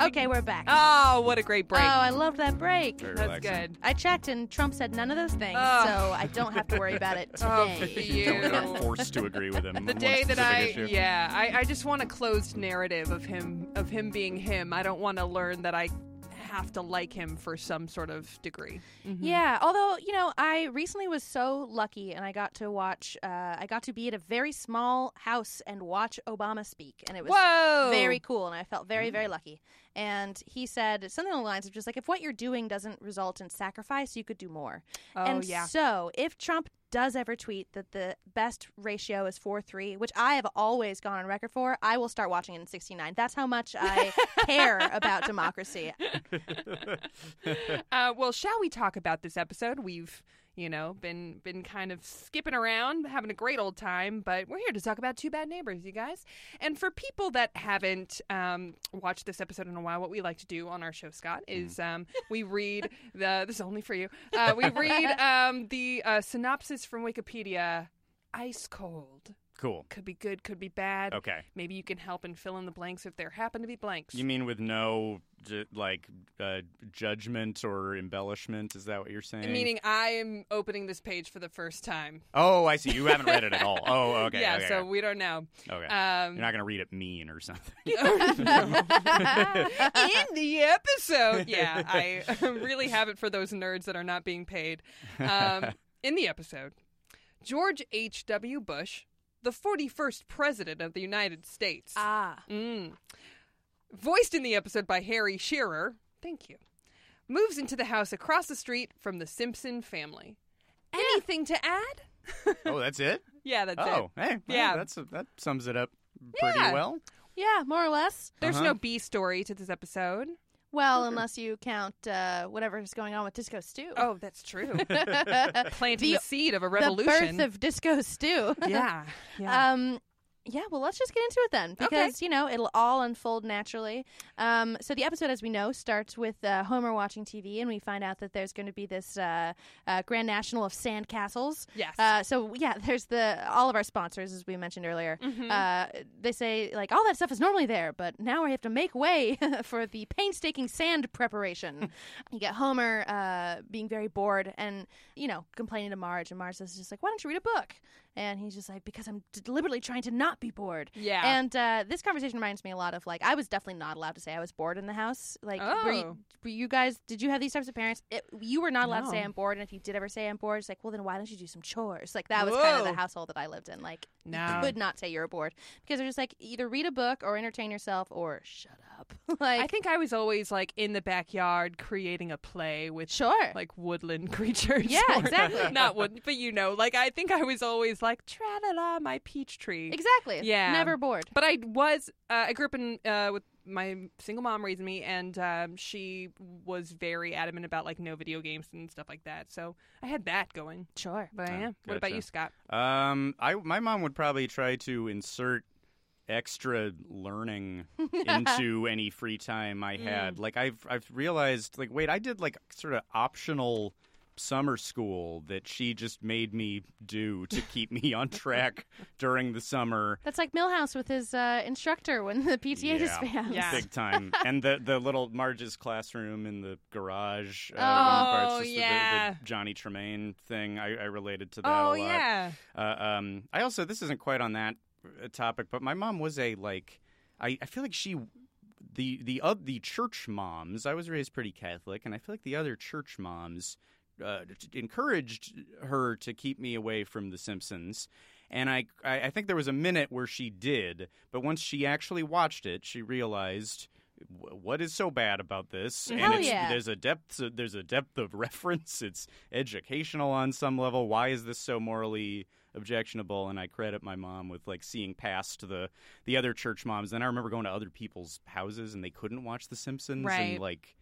S1: Okay, we're back.
S2: Oh, what a great break.
S1: Oh, I loved that break.
S3: Very
S2: <laughs> That's
S3: relaxing.
S2: good.
S1: I checked, and Trump said none of those things,
S2: Oh.
S1: so I don't have to worry about it
S2: <laughs> Oh,
S1: today.
S2: you.
S3: Don't- You're forced to agree with him. on
S2: the
S3: one
S2: day that
S3: specific
S2: I
S3: issue.
S2: yeah I, I just want a closed narrative of him of him being him. I don't want to learn that I have to like him for some sort of degree.
S1: Yeah, although you know, I recently was so lucky, and I got to watch. Uh, I got to be at a very small house and watch Obama speak, and it was
S2: Whoa!
S1: very cool, and I felt very,
S2: Mm.
S1: very lucky. And he said something along the lines of just like, if what you're doing doesn't result in sacrifice, you could do more.
S2: Oh,
S1: and
S2: yeah.
S1: so, if Trump does ever tweet that the best ratio is 4 3, which I have always gone on record for, I will start watching it in 69. That's how much
S2: <laughs>
S1: I care about democracy.
S2: Uh, well, shall we talk about this episode? We've you know, been been kind of skipping around, having a great old time. But we're here to talk about Two Bad Neighbors, you guys. And for people that haven't um, watched this episode in a while, what we like to do on our show, Scott,
S3: Mm.
S2: is um, we read the. <laughs> This is only for you. Uh, we
S3: <laughs>
S2: read um, the uh, synopsis from Wikipedia. Ice cold
S3: Cool.
S2: could be good, could be bad.
S3: Okay.
S2: Maybe you can help and fill in the blanks if there happen to be blanks.
S3: You mean with no ju- like uh, judgment or embellishment? Is that what you're saying?
S2: Meaning I am opening this page for the first time.
S3: Oh, I see. You haven't read it at all. Oh,
S2: <laughs>
S3: okay.
S2: yeah,
S3: okay,
S2: so we don't know.
S3: okay.
S2: Um,
S3: you're not gonna read it mean or something. <laughs>
S2: in the episode,
S3: <laughs>
S2: yeah, I <laughs> really have it for those nerds that are not being paid.
S3: <laughs>
S2: Um, in the episode, George H.W. Bush, the 41st President of the United States,
S1: Ah.
S2: Mm. Voiced in the episode by Harry Shearer. Thank you. Moves into the house across the street from the Simpson family. Eh. Anything to add?
S3: oh, that's it.
S2: Yeah, that's
S3: Oh,
S2: it.
S3: hey, well,
S2: Yeah.
S3: that's that sums it up pretty
S2: Yeah.
S3: well.
S1: Yeah, more or less.
S2: There's
S3: Uh-huh.
S2: no B story to this episode.
S1: Well, unless you count uh, whatever's going on with Disco Stew.
S2: Hmm. Oh, that's <laughs> true. Planting the,
S1: The-
S2: seed of a
S1: the
S2: revolution.
S1: birth of Disco Stew. <laughs>
S2: yeah, yeah.
S1: Um, yeah, well, let's just get into it then because, you know, it'll all unfold naturally. Um, so, the episode, as we know, starts with uh, Homer watching TV, and we find out that there's going to be this uh, uh, Grand National of Sandcastles.
S2: Yes.
S1: Uh, so, yeah, there's the all of our sponsors, as we mentioned earlier.
S2: Mm-hmm.
S1: Uh, they say, like, all that stuff is normally there, but now we have to make way <laughs> for the painstaking
S2: <laughs>
S1: sand preparation. you get Homer uh, being very bored and, you know, complaining to Marge, and Marge is just like, why don't you read a book? And he's just like, because I'm deliberately trying to not be bored.
S2: Yeah.
S1: And uh, this conversation reminds me a lot of like, I was definitely not allowed to say I was bored in the house. Like, were,
S2: Oh.
S1: you, were you guys, did you have these types of parents? It, you were not allowed to say
S2: No.
S1: I'm bored. And if you did ever say I'm bored, it's like, well, then why don't you do some chores? Like, that was kind of
S2: Whoa.
S1: the household that I lived in. Like,
S2: No.
S1: you could not say you were bored because they're just like, either read a book or entertain yourself or shut up. <laughs> like,
S2: I think I was always like in the backyard creating a play with
S1: sure.
S2: like woodland <laughs> creatures.
S1: Yeah,
S2: or-
S1: exactly.
S2: Not wood, but you know, like I think I was always like tra la la my peach tree.
S1: exactly.
S2: Yeah.
S1: Never bored.
S2: But I was uh, I grew up in uh, with my single mom raised me, and um, she was very adamant about like no video games and stuff like that. So I had that going.
S1: Sure.
S2: But I
S3: Oh,
S2: am. What about
S3: gotcha.
S2: you, Scott?
S3: Um, I my mom would probably try to insert extra
S2: <laughs>
S3: learning into any free time
S2: Mm.
S3: I had. Like I've I've realized like wait, I did like sort of optional summer school that she just made me do
S2: <laughs>
S3: to keep me on track during the summer.
S1: That's like Millhouse with his uh, instructor when the PTA
S3: Yeah.
S1: disbands.
S2: Yeah.
S3: Big time, and the the little Marge's classroom in the garage. Uh, one
S2: Oh,
S3: of the parts, just the- the-
S2: yeah. Oh,
S3: the Johnny Tremaine thing. I, I related to that. a lot. <laughs> Uh, um, I also this isn't quite on that uh, topic, but my mom was a like I, I feel like she the the uh, the church moms. I was raised pretty Catholic, and I feel like the other church moms uh, t- encouraged her to keep me away from The Simpsons. And I, I I think there was a minute where she did, but once she actually watched it, she realized. "Wh- What is so bad about this?
S1: Mm-hmm. Hell
S3: and it's,
S1: yeah.
S3: there's a depth. There's a depth of <laughs> reference. It's educational on some level. Why is this so morally objectionable and I credit my mom with like seeing past the the other church moms. Then I remember going to other people's houses and they couldn't watch The Simpsons
S2: Right.
S3: and like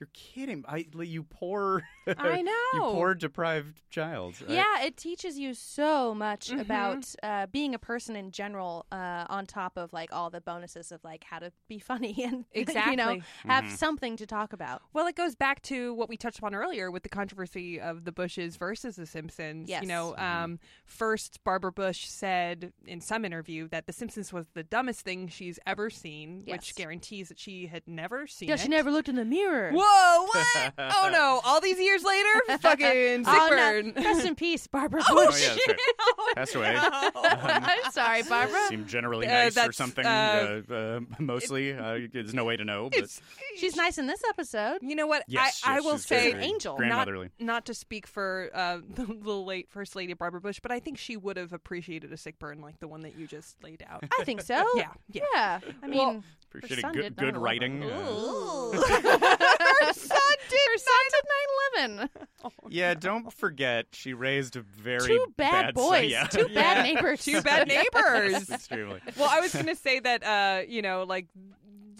S3: you're kidding. I like, you poor <laughs>
S2: I know.
S3: you poor deprived child. right?
S1: Yeah, it teaches you so much
S2: Mhm.
S1: about uh, being a person in general. Uh, on top of like all the bonuses of like how to be funny <laughs> and you know
S2: Exactly.
S1: have something to talk about.
S2: Well, it goes back to what we touched upon earlier with the controversy of the Bushes versus the Simpsons.
S1: Yes.
S2: You know,
S3: Mm-hmm.
S2: um, first, Barbara Bush said in some interview that The Simpsons was the dumbest thing she's ever seen,
S1: Yes.
S2: which guarantees that she had never seen
S1: Yeah,
S2: it.
S1: she never looked in the mirror.
S2: Whoa,
S3: <laughs>
S2: what? oh, no. All these years later? Fucking sick
S1: <laughs> Oh,
S2: burn.
S1: no. Rest in peace, Barbara
S3: Oh
S1: Bush.
S3: yeah,
S2: <laughs>
S3: that's right. Passed away.
S1: <laughs> I'm sorry, Barbara.
S3: Seemed generally
S2: Uh,
S3: nice or
S2: that's,
S3: something.
S2: uh,
S3: Uh, uh, mostly, uh, there's no way to <laughs> know. But
S2: It's-
S1: She's nice in this episode.
S2: <laughs> you know what?
S3: yes,
S2: I, I
S3: yes,
S2: will
S3: she's
S2: say,
S3: very
S1: angel, not-
S3: grandmotherly.
S2: Not, not to speak for uh, <laughs> the, the late First Lady Barbara Bush, but I think she would have appreciated a sick burn like the one that you just laid out.
S1: I think so.
S2: yeah, yeah.
S1: Yeah. I mean,
S2: Well-
S3: Appreciated
S1: son
S3: good-
S1: did
S3: good
S1: 9/11.
S3: writing, uh,
S1: Ooh. <laughs>
S2: Her son did.
S1: Her son did 9/11.
S3: yeah, don't forget she raised a very
S1: Two bad, boys.
S3: Son. Yeah. <laughs>
S1: Two bad neighbors. <laughs>
S2: Two bad neighbors.
S3: Extremely.
S2: well, I was going to say that, uh, you know, like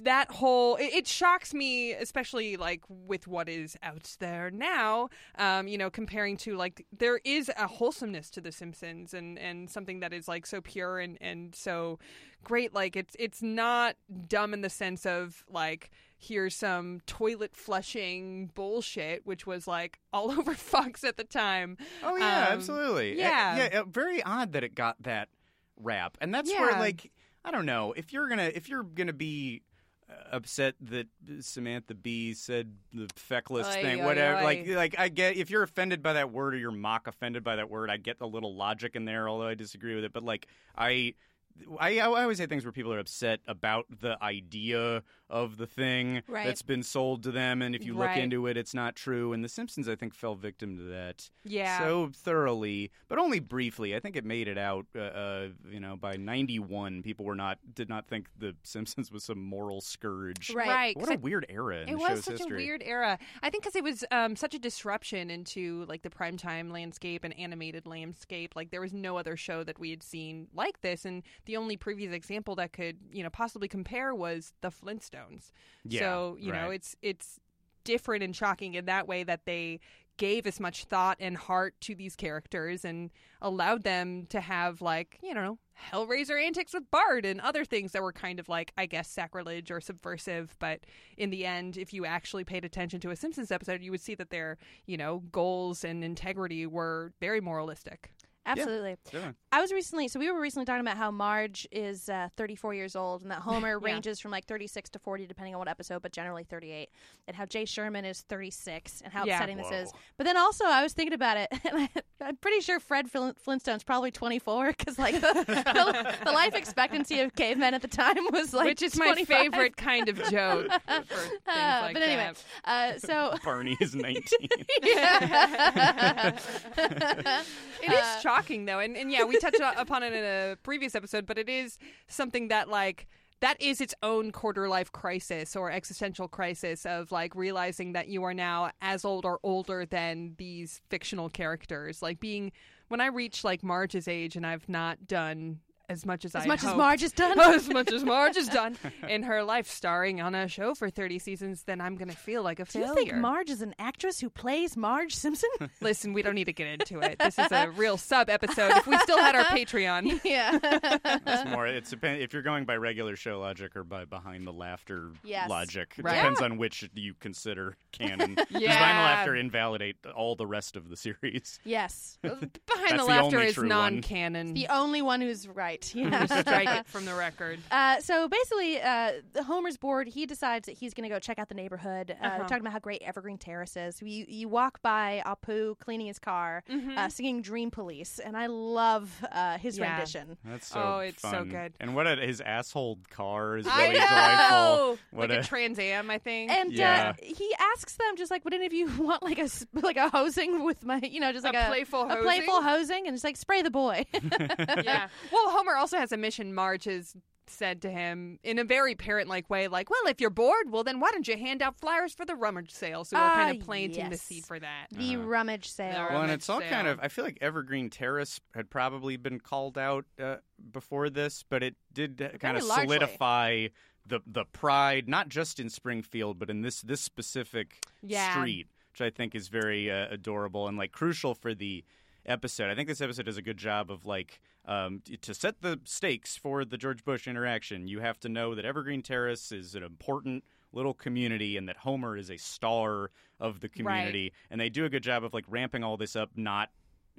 S2: that whole it, it shocks me especially like with what is out there now um, you know comparing to like there is a wholesomeness to the simpsons and and something that is like so pure and and so great like it's it's not dumb in the sense of like here's some toilet flushing bullshit which was like all <laughs> over fox at the time
S3: Oh yeah,
S2: Um,
S3: absolutely. Uh,
S2: yeah.
S3: yeah. uh, Very odd that it got that rap, and that's where
S2: Yeah.
S3: like I don't know if you're gonna if you're gonna be uh, upset that Samantha B said the feckless
S2: Oy,
S3: thing,
S2: oy,
S3: whatever.
S2: oy.
S3: Like like I get if you're offended by that word or you're mock offended by that word, I get the little logic in there, although I disagree with it. But like I. I, I always say things where people are upset about the idea of the thing
S1: Right.
S3: that's been sold to them, and if you
S2: Right.
S3: look into it, it's not true. And The Simpsons, I think, fell victim to that
S2: yeah
S3: so thoroughly, but only briefly. I think it made it out. Uh, uh, you know, by '91, people were not did not think The Simpsons was some moral scourge.
S1: Right.
S2: right 'cause
S3: What a weird era in
S2: it
S3: the
S2: was
S3: show's
S2: such
S3: history.
S2: a weird era i think because it was um, such a disruption into like the primetime landscape and animated landscape like there was no other show that we had seen like this and the only previous example that could you know possibly compare was the flintstones
S3: Yeah,
S2: so you know
S3: right.
S2: it's it's different and shocking in that way that they gave as much thought and heart to these characters and allowed them to have like you know hellraiser antics with bard and other things that were kind of like i guess sacrilege or subversive but in the end if you actually paid attention to a simpsons episode you would see that their you know goals and integrity were very moralistic
S1: Absolutely.
S2: <laughs>
S3: Definitely.
S1: I was recently, so we were recently talking about how Marge is uh, 34 years old
S2: <laughs>
S1: and that Homer
S2: Yeah.
S1: ranges from like 36 to 40, depending on what episode, but generally 38, and how Jay Sherman is 36 and how
S2: Yeah.
S1: upsetting this is.
S3: Whoa.
S1: But then also, I was thinking about it, <laughs> and I, I'm pretty sure Fred Flin- Flintstone's probably 24 because like <laughs> the, the, the life expectancy of cavemen at the time was like
S2: which is
S1: 25.
S2: my favorite kind of joke for things
S1: Uh,
S2: like
S1: <laughs> but anyway,
S2: that. <laughs>
S1: uh, so <laughs>
S3: Barney is 19.
S1: Uh,
S2: It is shocking though, and, and yeah, we touched o- upon it in a previous episode, but it is something that like that is its own quarter life crisis or existential crisis of like realizing that you are now as old or older than these fictional characters. Like being when I reach like Marge's age, and I've not done as much as I
S1: as much as
S2: hoped- <laughs>
S1: Marge has done.
S2: as much as Marge has done in her life, starring on a show for thirty seasons, then I'm gonna feel like a
S1: Do
S2: failure.
S1: you think Marge is an actress who plays
S2: <laughs>
S1: Marge Simpson? <laughs>
S2: Listen, we don't need to get into it. This is a real sub episode. If we still had
S1: <laughs>
S2: our Patreon,
S1: yeah.
S3: That's more. It's depend if you're going by regular show logic or by behind the laughter
S1: Yes.
S3: logic. It
S2: Right.
S3: depends on which you
S2: <laughs>
S3: consider canon. Does behind the
S2: Yeah.
S3: laughter invalidate all the rest of the series?
S1: <laughs> Yes.
S2: behind the
S3: the
S2: laughter
S3: only
S2: is
S3: true one.
S2: non-canon.
S1: The only one who's right.
S2: <laughs> Strike
S1: Yeah.
S2: it from the <laughs> record.
S1: Uh, so basically, uh, the Homer's bored. He decides that he's going to go check out the neighborhood. Uh, Talking about how great Evergreen Terrace is. You you walk by Apu cleaning his car, uh, singing "Dream Police," and I love uh, his
S2: Yeah.
S1: rendition.
S3: That's so
S2: Oh, it's so
S3: fun.
S2: good.
S3: And what a, his asshole car is
S2: I
S3: really
S2: know,
S3: delightful. What
S2: like a,
S3: a
S2: Trans Am, I think.
S1: And
S3: Yeah.
S1: uh, he asks them just like, "Would any of you <laughs> want like a s- like a hosing with my you know just
S2: A Uh-huh.
S1: like a,
S2: playful
S1: a playful hosing and just like spray the boy." <laughs>
S2: yeah. <laughs> Well, Homer also has a mission. Marge has said to him in a very parent-like way, like, "Well, if you're bored, well, then why don't you hand out flyers for the rummage sale?" So we're kind
S1: Ah,
S2: of planting the
S1: yes.
S2: seed for that.
S1: the rummage sale.
S2: There
S3: Well, and
S2: Rummage
S3: it's all kind
S2: sale.
S3: of. I feel like Evergreen Terrace had probably been called out uh, before this, but it did kind of
S1: largely.
S3: solidify the the pride, not just in Springfield, but in this this specific
S2: Yeah.
S3: street, which I think is very uh, adorable and like crucial for the episode. I think this episode does a good job of like um, t- to set the stakes for the George Bush interaction. You have to know that Evergreen Terrace is an important little community and that Homer is a star of the community, and they do a good job of like ramping all this up, not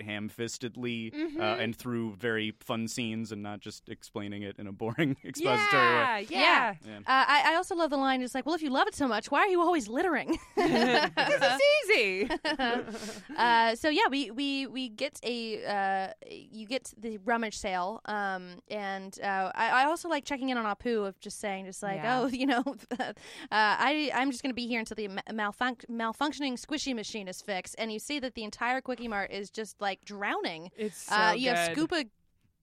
S3: ham-fistedly uh, and through very fun scenes and not just explaining it in a boring <laughs> expository way.
S2: yeah, yeah.
S3: Yeah.
S1: Uh, I, I also love the line. It's like, well, if you love it so much, why are you always littering? <laughs>
S2: This is easy. <laughs>
S1: uh, so yeah, we we we get a uh, you get the rummage sale, um, and uh, I, I also like checking in on Apu of just saying just like
S2: Yeah.
S1: oh <laughs> you know uh, I I'm just gonna be here until the ma- malfunc- malfunctioning squishy machine is fixed, and you see that the entire Quickie Mart is just like drowning.
S2: It's so
S1: uh, you have
S2: good.
S1: Scuba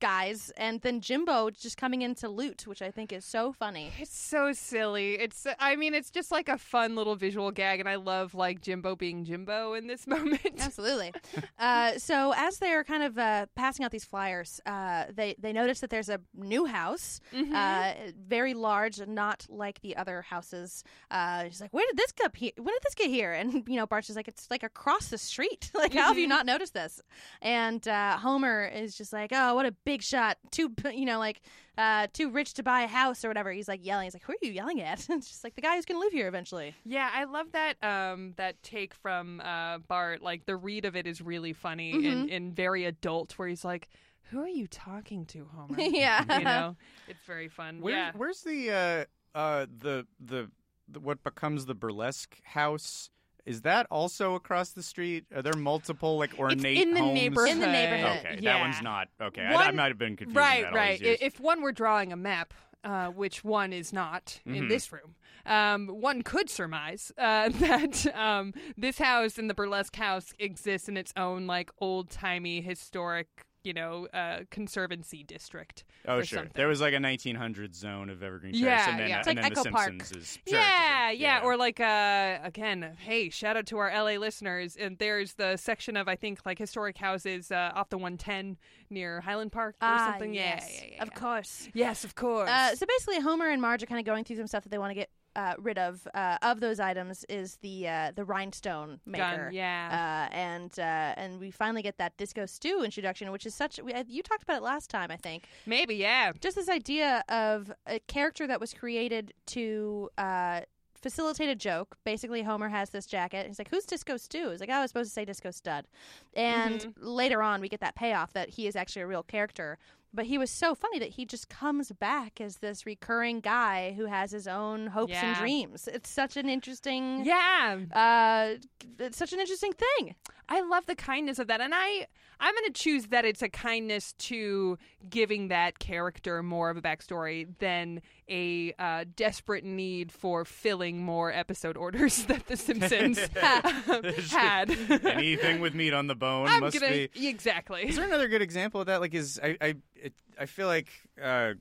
S1: guys, and then Jimbo just coming into loot, which I think is so funny.
S2: It's so silly. It's I mean, it's just like a fun little visual gag, and I love like Jimbo being Jimbo in this <laughs> moment.
S1: Absolutely. uh, so as they're kind of uh, passing out these flyers, uh, they they notice that there's a new house,
S2: Mm-hmm.
S1: uh, very large, not like the other houses. Uh, she's like, "Where did this get here? When did this get here?" And you know, Bart's just like, "It's like across the street. <laughs> like, how have
S2: Mm-hmm.
S1: you not noticed this?" And uh, Homer is just like, "Oh, what a big shot! Too you know, like uh, too rich to buy a house or whatever." He's like yelling. He's like, "Who are you yelling at?" <laughs> it's just like the guy who's gonna live here eventually.
S2: Yeah, I love that um, that take from uh, Bart. Like the read of it is really funny and, and very adult, where he's like, "Who are you talking to, Homer?" <laughs>
S1: <laughs> yeah.
S2: you know, it's very fun.
S3: Where,
S2: yeah,
S3: Where's the uh, uh, the, the the what becomes the burlesque house? Is that also across the street? Are there multiple like ornate
S2: in the
S3: homes?
S2: neighborhood.
S1: In the neighborhood.
S3: Okay,
S2: Yeah.
S3: that one's not okay. I, I
S2: One-
S3: might have been confusing
S2: right,
S3: that all
S2: right.
S3: these years.
S2: I- If one were drawing a map. Uh, which one is not
S3: Mm-hmm.
S2: in this room? Um, one could surmise uh, <laughs> that um, this house and the burlesque house exists in its own like old timey historic, you know, uh, conservancy district.
S3: oh
S2: or
S3: sure,
S2: something.
S3: there was like a 1900 zone of Evergreen Terrace,
S2: Yeah,
S3: and then,
S2: yeah.
S3: and
S2: It's
S1: like
S3: then
S1: Echo
S3: the
S1: Park.
S3: Simpsons is sure, sure,
S2: yeah,
S3: sure.
S2: yeah, Or like uh again, hey, shout out to our LA listeners. And there's the section of I think like historic houses uh, off the 110 near Highland Park or
S1: Ah,
S2: something. Yeah,
S1: yes,
S2: Yeah, yeah, yeah.
S1: of course.
S2: Yes, of course.
S1: Uh, so basically, Homer and Marge are kind of going through some stuff that they want to get uh, rid of. Uh, of those items is the uh, the rhinestone maker,
S2: yeah.
S1: uh, and uh, and we finally get that disco stew introduction, which is such. We, uh, you talked about it last time, I think.
S2: Maybe, yeah.
S1: Just this idea of a character that was created to. Uh, Facilitate a joke. Basically, Homer has this jacket. He's like, "Who's Disco Stew?" He's like, "Oh, I was supposed to say Disco Stud." And later on, we get that payoff that he is actually a real character. But he was so funny that he just comes back as this recurring guy who has his own hopes and
S2: Yeah.
S1: dreams. It's such an interesting,
S2: Yeah.
S1: uh, it's such an interesting thing.
S2: I love the kindness of that, and I I'm going to choose that it's a kindness to giving that character more of a backstory than a uh, desperate need for filling more episode orders <laughs> that The Simpsons
S3: <laughs>
S2: had. <laughs>
S3: anything with meat on the bone
S2: I'm
S3: must
S2: gonna
S3: be.
S2: exactly.
S3: <laughs> Is there another good example of that? Like, is I I it, I feel like uh,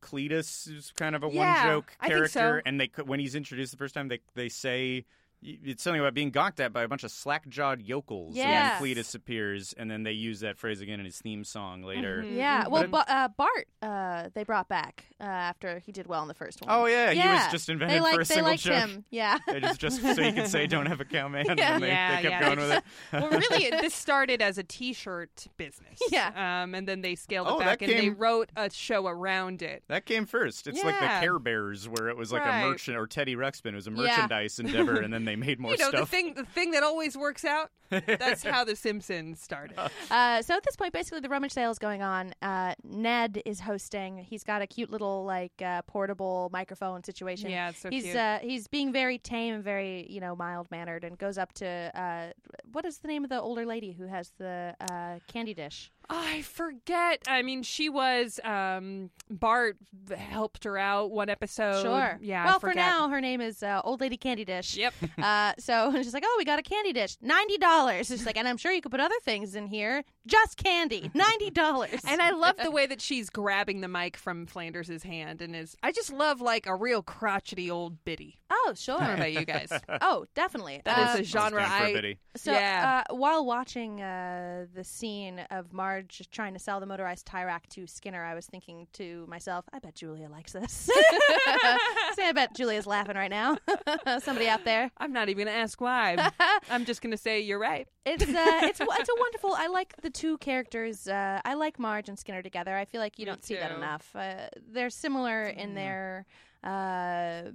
S3: Cletus is kind of a
S2: Yeah,
S3: one joke
S2: I think so.
S3: character, and they when he's introduced the first time, they they say it's something about being gawked at by a bunch of slack jawed yokels,
S1: Yes.
S3: and then Cletus appears, and then they use that phrase again in his theme song later.
S2: Mm-hmm.
S1: Yeah. Well,
S3: But-
S1: ba- uh, Bart, uh, they brought back uh, after he did well in the first one.
S3: Oh yeah, <laughs> he
S1: Yeah.
S3: was just
S1: They
S3: invented
S1: liked,
S3: for a
S1: they
S3: single
S1: liked
S3: joke.
S1: him. Yeah.
S3: <laughs>
S1: <laughs>
S3: They just just so you could say don't have a cow man,
S1: Yeah.
S3: and
S2: <laughs>
S3: they,
S2: Yeah,
S3: they kept
S2: yeah.
S3: going with
S2: <laughs>
S3: it.
S2: well, really, this started as a T-shirt business.
S1: Yeah.
S2: um, and then they scaled
S3: Oh,
S2: it back,
S3: that
S2: and they
S3: came-
S2: wrote a show around it.
S3: That came first. It's like the
S2: Yeah.
S3: Care Bears, where it was like
S2: Right.
S3: a merchant or Teddy Ruxpin. It was a
S1: Yeah.
S3: merchandise endeavor, and then
S2: <laughs>
S3: they made more
S2: You know, the
S3: stuff.
S2: thing the thing that always works out. That's how The Simpsons
S3: <laughs>
S2: started.
S3: Oh,
S1: Uh, so at this point, basically, the rummage sale is going on. Uh, Ned is hosting. He's got a cute little like uh, portable microphone situation.
S2: Yeah, it's so
S1: he's
S2: cute.
S1: Uh, he's being very tame and very you know mild mannered, and goes up to uh, what is the name of the older lady who has the uh, candy dish?
S2: I forget. I mean, she was um Bart helped her out one episode.
S1: sure.
S2: Oh, Yeah. I
S1: Well, for
S2: forget.
S1: now, her name is uh, Old Lady Candy Dish.
S2: Yep.
S1: <laughs> Uh, so <laughs> she's like, "Oh, we got a candy dish, ninety dollars." She's like, "And I'm sure you could put other things in here, just candy, ninety dollars."
S2: <laughs> And I love the way that she's grabbing the mic from Flanders's hand, and is I just love like a real crotchety old biddy.
S1: oh,
S2: I <laughs> don't know
S1: sure.
S2: about you
S3: <laughs>
S2: guys.
S1: oh, definitely.
S2: That is
S1: Um,
S2: a genre
S3: Stand for a
S2: I
S3: bitty.
S1: So
S2: Yeah.
S1: uh, while watching uh, the scene of Marge trying to sell the motorized tie rack to Skinner, I was thinking to myself, I bet Julia likes this. <laughs> See, I bet Julia's laughing right now. <laughs> Somebody out there.
S2: I'm not even gonna ask
S1: <laughs>
S2: why. I'm just gonna say you're right.
S1: It's uh, it's it's a wonderful. I like the two characters. Uh, I like Marge and Skinner together. I feel like you
S2: Me
S1: don't see that
S2: too.
S1: enough. Uh, they're similar in their. Uh,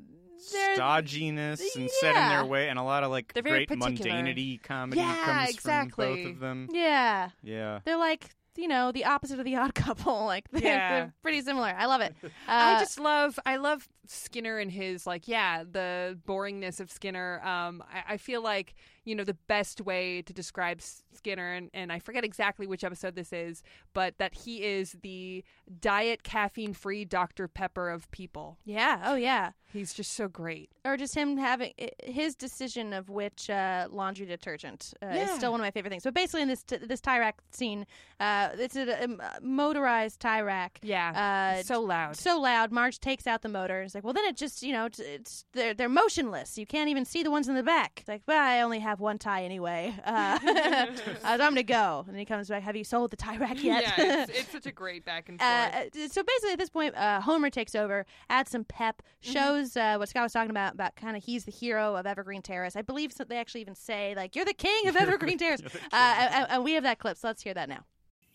S1: they're-
S3: Stodginess and set in
S1: Yeah.
S3: their way, and a lot of like
S2: They're very
S3: great
S2: particular.
S3: mundanity comedy
S2: Yeah,
S3: comes from
S2: exactly.
S3: both of them.
S1: yeah,
S3: Yeah.
S1: they're like you know the opposite of the odd <laughs> couple. Like they're,
S2: Yeah. <laughs>
S1: they're pretty similar. I love it. Uh,
S2: I just love I love Skinner and his like yeah the boringness of Skinner. Um, I, I feel like you know the best way to describe S- Skinner and, and I forget exactly which episode this is, but that he is the diet caffeine free Dr Pepper of people.
S1: Yeah. Oh, yeah.
S2: He's just so great.
S1: Or just him having i- his decision of which uh, laundry detergent uh, is
S2: Yeah.
S1: still one of my favorite things. But basically, in this t- this tie rack scene, uh, it's a, um, motorized tie rack.
S2: Yeah,
S1: Uh,
S2: so
S1: <laughs>
S2: loud.
S1: So loud. Marge takes out the motor and is like, "Well, then it just you know it's, it's they're they're motionless. You can't even see the ones in the back." It's like, well, I only have one tie anyway.
S2: <laughs>
S1: Uh, <laughs> uh, I'm gonna go. And he comes back. Have you sold the tie rack yet?
S2: <laughs> Yeah, it's, it's such a great back and forth.
S1: <laughs> Uh, uh, so basically, at this point, uh, Homer takes over, adds some pep, shows uh, what Scott was talking about about kind of he's the hero of Evergreen Terrace. I believe so they actually even say like <laughs> you're the king of Evergreen Terrace, uh, and, and- and we have that clip. So let's hear that now.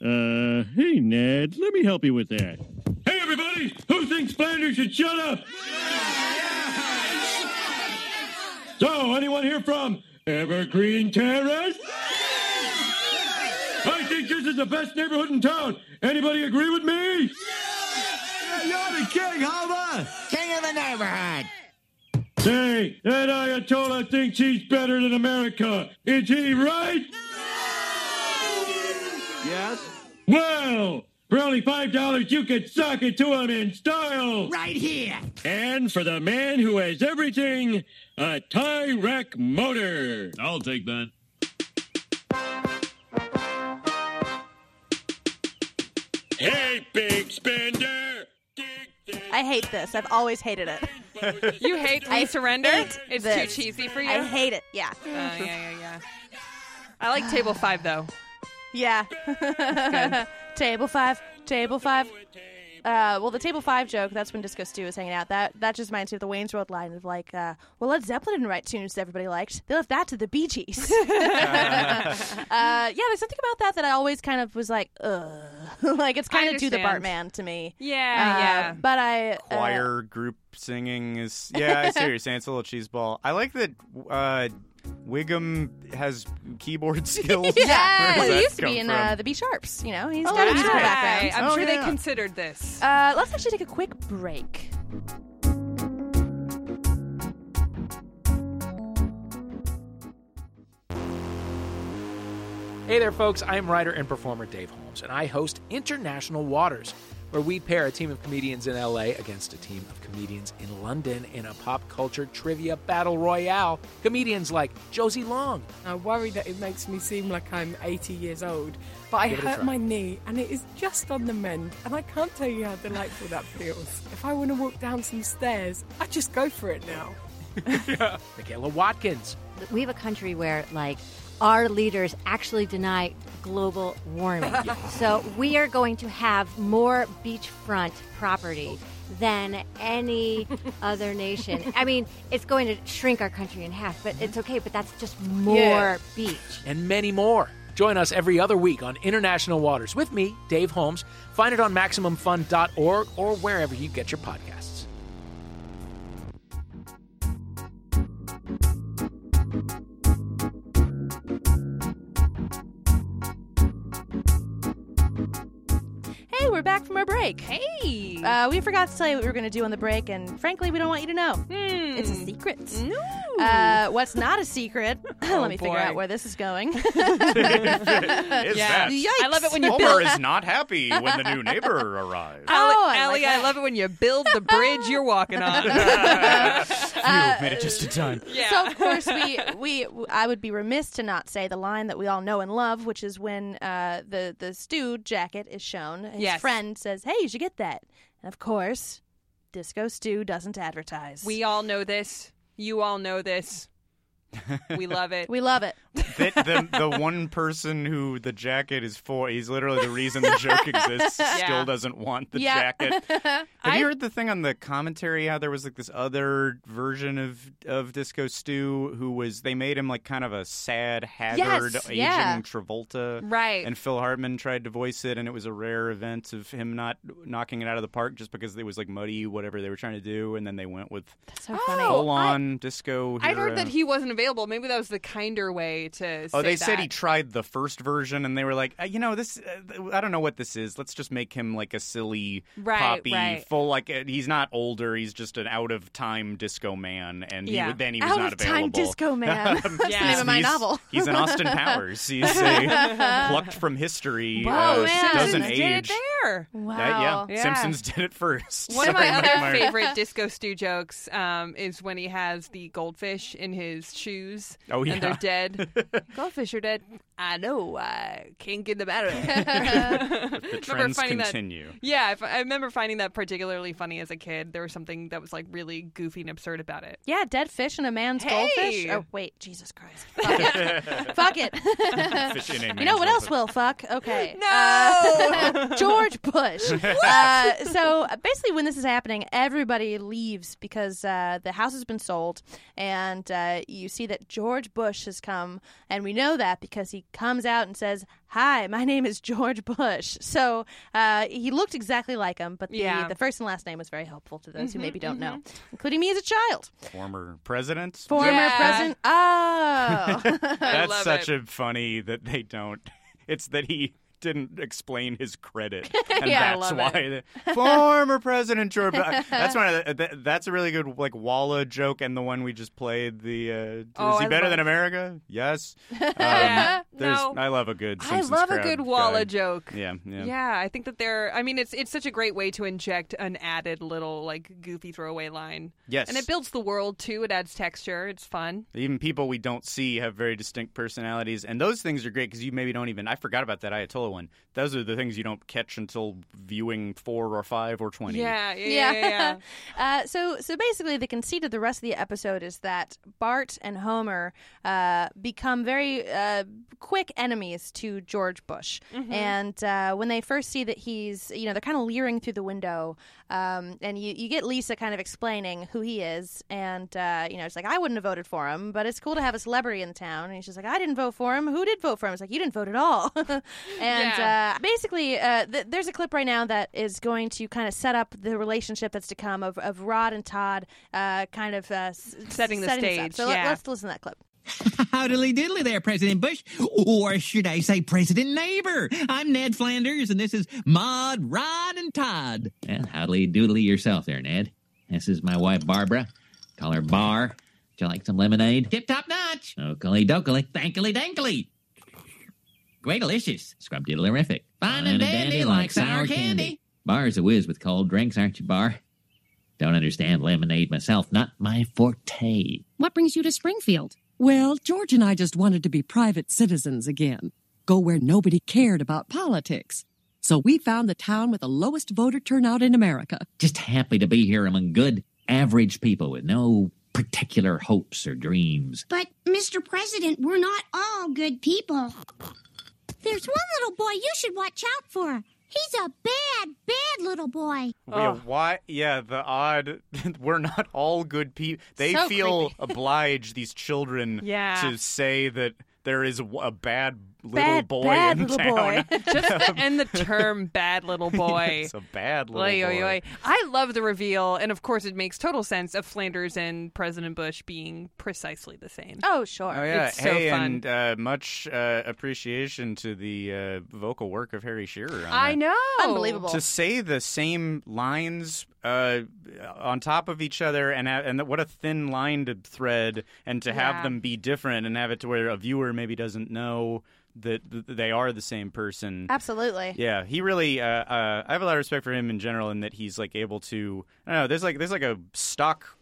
S4: Uh, hey, Ned, let me help you with that. Hey, everybody! Who thinks Flanders should shut up? So, anyone here from Evergreen Terrace? I think this is the best neighborhood in town. Anybody agree with me? You're the king, Homer!
S6: King of the neighborhood.
S4: Say, that Ayatollah thinks he's better than America. Is he right?
S6: Yes.
S4: Well, for only $5, you could suck it to him in style.
S6: Right here.
S4: And for the man who has everything, a tie rack motor. I'll take that. Hey, big spender!
S1: I hate this. I've always hated <laughs> it.
S2: you hate
S1: I
S2: We Surrender?
S1: hate
S2: It's
S1: this.
S2: too cheesy for you?
S1: I hate it. Yeah,
S2: Oh, yeah, yeah, yeah. I like Table 5, though.
S1: yeah. <laughs> table five, table five. Uh, well, the table five joke. That's when Disco Stew was hanging out. That that just reminds me of the Wayne's World line of like, uh, well, Led Zeppelin didn't write tunes that everybody liked. They left that to the Bee
S2: <laughs>
S1: Gees. <laughs> uh, yeah, there's something about that that I always kind of was like, ugh. <laughs> like it's kind of do the
S2: understand.
S1: Bartman to me.
S2: Yeah,
S1: Uh,
S2: yeah.
S1: But I uh,
S3: choir group singing is yeah
S1: <laughs>
S3: i see what you're saying it's a little cheese ball i like that uh wiggum has keyboard <laughs> skills
S1: yeah,
S3: Where does
S1: well, he
S3: that
S1: used to
S3: come
S1: be in
S3: from?
S1: uh, the B Sharps. You know, he's
S2: Oh,
S1: got a musical
S2: Right.
S1: background.
S2: I'm
S3: Oh,
S2: sure
S3: yeah.
S2: they considered this.
S1: Uh, let's actually take a quick break.
S7: Hey there, folks. I'm writer and performer Dave Holmes, and I host International Waters, where we pair a team of comedians in LA against a team of comedians in London in a pop culture trivia battle royale. Comedians like Josie Long,
S8: I worry that it makes me seem like I'm 80 years old, but I
S7: Give it a
S8: hurt
S7: try.
S8: my knee and it is just on the mend, and I can't tell you how delightful that feels. If I want to walk down some stairs, I just go for it now.
S7: Michaela Watkins,
S9: We have a country where, like, our leaders actually deny global warming. so we are going to have more beachfront property than any other nation. I mean, it's going to shrink our country in half, but it's okay, but that's just more
S8: Yeah.
S9: beach.
S7: and many more. Join us every other week on International Waters with me, Dave Holmes. Find it on MaximumFun.org or wherever you get your podcasts.
S1: Hey, we're back from our break.
S2: Hey!
S1: Uh, we forgot to tell you what we were going to do on the break, and frankly, we don't want you to know.
S2: Hmm.
S1: It's a secret. Uh, what's not
S2: <laughs>
S1: a secret? <laughs> Let me figure
S2: Oh, boy.
S1: out where this is
S2: <laughs>
S1: going. Oh,
S3: is
S2: Yeah.
S3: that
S1: <laughs>
S2: I love it when you
S3: homer
S2: build.
S3: is not happy when the new neighbor
S1: <laughs>
S3: arrives
S2: Ellie,
S1: Oh, I like
S2: Ellie, I
S1: that.
S2: love it when you build the bridge you're walking on.
S1: <laughs>
S2: <laughs>
S1: Uh,
S3: You've made it just in time
S2: uh, yeah.
S1: So of
S2: <laughs>
S1: course we we I would be remiss to not say the line that we all know and love, which is when uh, the the stew jacket is shown. His
S2: Yes.
S1: friend says, "Hey, you should get that." And of course, Disco Stew doesn't advertise.
S2: we all know this. You all know
S3: <laughs>
S2: this. We love it.
S1: we love it.
S3: the, the, the one person who the jacket is for he's literally the reason the
S1: <laughs>
S3: joke exists still doesn't want the
S1: Yeah. <laughs>
S3: jacket Have you heard the thing on the commentary how there was like this other version of of Disco Stew who was they made him like kind of a sad, haggard,
S1: Yes,
S3: aging
S1: yeah.
S3: Travolta,
S2: Right.
S3: And Phil Hartman tried to voice it, and it was a rare event of him not knocking it out of the park just because it was like muddy, whatever they were trying to do, and then they went with
S1: That's so
S2: Oh,
S1: funny.
S3: full on disco.
S2: I'd heard
S3: hero.
S2: that he wasn't available. Maybe that was the kinder way to to. say
S3: Oh, they said
S2: that.
S3: he tried the first version, and they were like, uh, you know, this, uh, th- I don't know what this is. Let's just make him like a silly,
S2: Right,
S3: poppy,
S2: right.
S3: full like uh, he's not older. He's just an out of time disco man, and he
S2: Yeah.
S3: would then he was
S1: Out
S3: not
S1: of time,
S3: available.
S1: disco
S3: <laughs>
S1: man. That's the
S2: Yeah.
S1: name of my
S3: He's-
S1: novel.
S3: <laughs> He's an
S1: <laughs>
S3: Austin Powers.
S2: <laughs>
S3: He's a plucked from history.
S2: Wow,
S3: uh,
S1: man.
S3: doesn't
S2: Simpsons
S3: age.
S2: did it there.
S1: Wow.
S3: That- yeah.
S2: Yeah.
S3: Simpsons did it first. <laughs>
S2: One of my
S3: Sorry, Mike
S2: other
S3: Myers.
S2: favorite Disco Stew jokes um, is when he has the goldfish in his shoes.
S3: Oh, yeah.
S2: And they're dead.
S3: <laughs>
S2: goldfish are dead. I know. I can't get them out of there.
S3: The
S2: remember
S3: trends
S2: finding that-
S3: continue.
S2: <laughs> Yeah, I f- I remember finding that particularly funny as a kid. There was something that was like really goofy and absurd about it.
S1: Yeah, dead fish and a man's goldfish.
S2: Hey!
S1: Oh wait, Jesus Christ! Fuck it. Fuck
S3: <laughs>
S1: it.
S3: Fish in a
S1: you know what else
S3: man's outfit.
S1: will fuck? Okay.
S2: No!
S1: Uh, <laughs> George Bush. Uh, so basically, when this is happening, everybody leaves because uh, the house has been sold, and uh, you see that George Bush has come, and we know that because he comes out and says. Hi, my <laughs> name is George Bush. So uh, he looked exactly like him, but the,
S2: Yeah. Mm-hmm,
S1: the first and last name was very helpful to those who maybe don't know, including me as a child.
S3: Former presidents.
S1: Former
S2: Yeah.
S1: <laughs> president. Oh.
S3: That's
S2: love
S3: such a funny that they don't. <laughs> It's that he didn't explain his credit,
S2: <laughs>
S3: and
S1: Yeah, I
S3: that's
S2: love
S3: why
S2: <laughs>
S3: the, former President George. Bu- that's one. Of the, that, that's a really good like Walla joke, and the one we just played. The uh, is
S2: Oh,
S3: he
S2: I
S3: better
S2: love-
S3: than America?
S2: <laughs>
S3: Yes. Um,
S2: Yeah,
S3: there's-
S2: no.
S3: I love a good. Simpsons
S2: I love a
S3: crowd
S2: good Walla
S3: guy.
S2: joke.
S3: Yeah, yeah.
S2: Yeah, I think that they're. I mean, it's it's such a great way to inject an added little like goofy throwaway line.
S3: Yes.
S2: and it builds the world too. It adds texture. It's fun.
S3: Even people we don't see have very distinct personalities, and those things are great because you maybe don't even. I forgot about that Ayatollah one. Those are the things you don't catch until viewing four or five or twenty.
S2: Yeah, yeah, yeah. yeah, <laughs> yeah.
S1: uh, so, so basically, the conceit of the rest of the episode is that Bart and Homer uh, become very uh, quick enemies to George Bush, and uh, when they first see that he's, you know, they're kind of leering through the window, um, and you, you get Lisa kind of explaining who he is, and uh, you know, it's like I wouldn't have voted for him, but it's cool to have a celebrity in town, and she's like, I didn't vote for him. Who did vote for him? It's like you didn't vote at all, <laughs> and
S2: Yeah.
S1: uh, uh, basically, uh, th- there's a clip right now that is going to kind of set up the relationship that's to come of, of Rod and Todd, uh, kind of uh, s-
S2: Setting the
S1: this up.
S2: stage,
S1: So let-
S2: yeah.
S1: let's listen to that clip.
S6: Howdily diddly there, President Bush. Or should I say President Neighbor? I'm Ned Flanders, and this is Maud, Rod, and Todd. And howdily doodly yourself there, Ned. This is my wife, Barbara. Call her Bar. Would you like some lemonade? Tip top notch. Okily dokily. Thankily dankily. Greatalicious. Scrub diddlerific. Fine and dandy like sour candy. Bar's a whiz with cold drinks, aren't you, Bar? Don't understand lemonade myself. Not my forte.
S10: What brings you to Springfield?
S8: Well, George and I just wanted to be private citizens again, go where nobody cared about politics. So we found the town with the lowest voter turnout in America.
S6: just happy to be here among good, average people with no particular hopes or dreams.
S10: But, Mr. President, we're not all good people. There's one little boy you should watch out for. He's a bad, bad little boy.
S3: Yeah, why? Yeah, the odd. <laughs> we're not all good people. They
S1: So
S3: feel
S1: <laughs>
S3: obliged these children
S2: Yeah.
S3: to say that there is w- a bad little
S1: Bad,
S3: boy
S1: bad
S3: in
S1: little
S3: town.
S1: boy.
S2: Just the, and the term "bad little boy."
S3: <laughs> it's a bad little
S2: Oy,
S3: boy.
S2: oy, oy. I love the reveal, and of course, it makes total sense of Flanders and President Bush being precisely the same.
S1: Oh, sure.
S3: Oh yeah!
S2: It's so
S3: hey,
S2: fun.
S3: and uh, much uh, appreciation to the uh, vocal work of Harry Shearer. On
S2: I
S3: that.
S2: know,
S1: Unbelievable.
S3: to say the same lines uh, on top of each other and ha- and what a thin line to thread and to have
S2: Yeah.
S3: them be different and have it to where a viewer maybe doesn't know that th- they are the same person.
S1: Um, Absolutely.
S3: Yeah, he really. Uh, uh, I have a lot of respect for him in general, in that he's like able to. I don't know. There's like there's like a stock,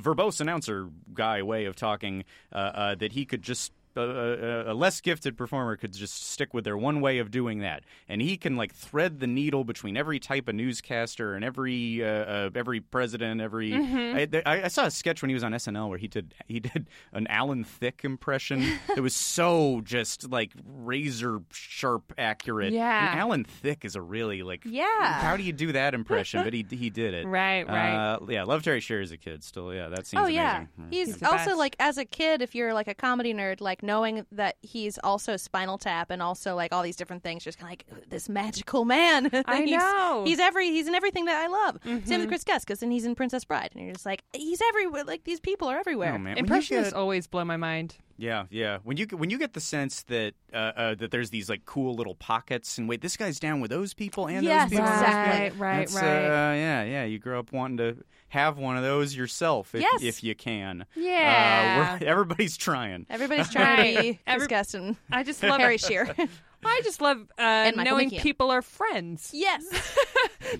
S3: verbose announcer guy way of talking uh, uh, that he could just. Uh, uh, a less gifted performer could just stick with their one way of doing that, and he can like thread the needle between every type of newscaster and every uh, uh, every president. Every
S2: Mm-hmm.
S3: I, th- I, I saw a sketch when he was on SNL where he did he did an Alan Thicke
S2: <laughs>
S3: impression. it was so just like razor sharp accurate. And
S2: Yeah.
S3: Alan Thick is a really like.
S1: Yeah.
S3: How do you do that impression? But he he did
S2: <laughs>
S3: it.
S2: Right, right.
S3: Uh, yeah, love Terry Shear as a kid. Still, yeah, that seems.
S1: oh yeah,
S3: amazing. Mm-hmm. Mm.
S1: he's,
S2: He's the
S1: also
S2: best.
S1: like as a kid. If you're like a comedy nerd, like knowing that he's also Spinal Tap and also like all these different things, just kind of like this magical man. <laughs>
S2: I
S1: He's-
S2: know. Mm-hmm.
S1: he's every he's in everything that I love. Same with Chris Guest, because and he's in Princess Bride, and you're just like he's everywhere. Like these people are everywhere.
S3: Oh man, when you
S2: Impressionists
S3: get-
S2: always blow my mind.
S3: Yeah, yeah. When you when you get the sense that uh, uh, that there's these like cool little pockets, and wait, this guy's down with those people and
S1: Yes,
S3: those people. and those
S1: exactly.
S3: guys.
S11: Right,
S3: That's,
S11: right.
S3: Uh, yeah, yeah. You grow up wanting to have one of those yourself, if,
S1: Yes.
S3: if you can.
S1: Yeah.
S3: Uh, we're- <laughs> everybody's trying.
S1: Everybody's trying to be
S2: Every-
S1: disgusting.
S2: I
S3: <laughs>
S2: just love
S1: Harry Shearer.
S2: I just love uh,
S1: Michael
S2: knowing
S1: McKean.
S2: people are friends.
S1: yes. <laughs>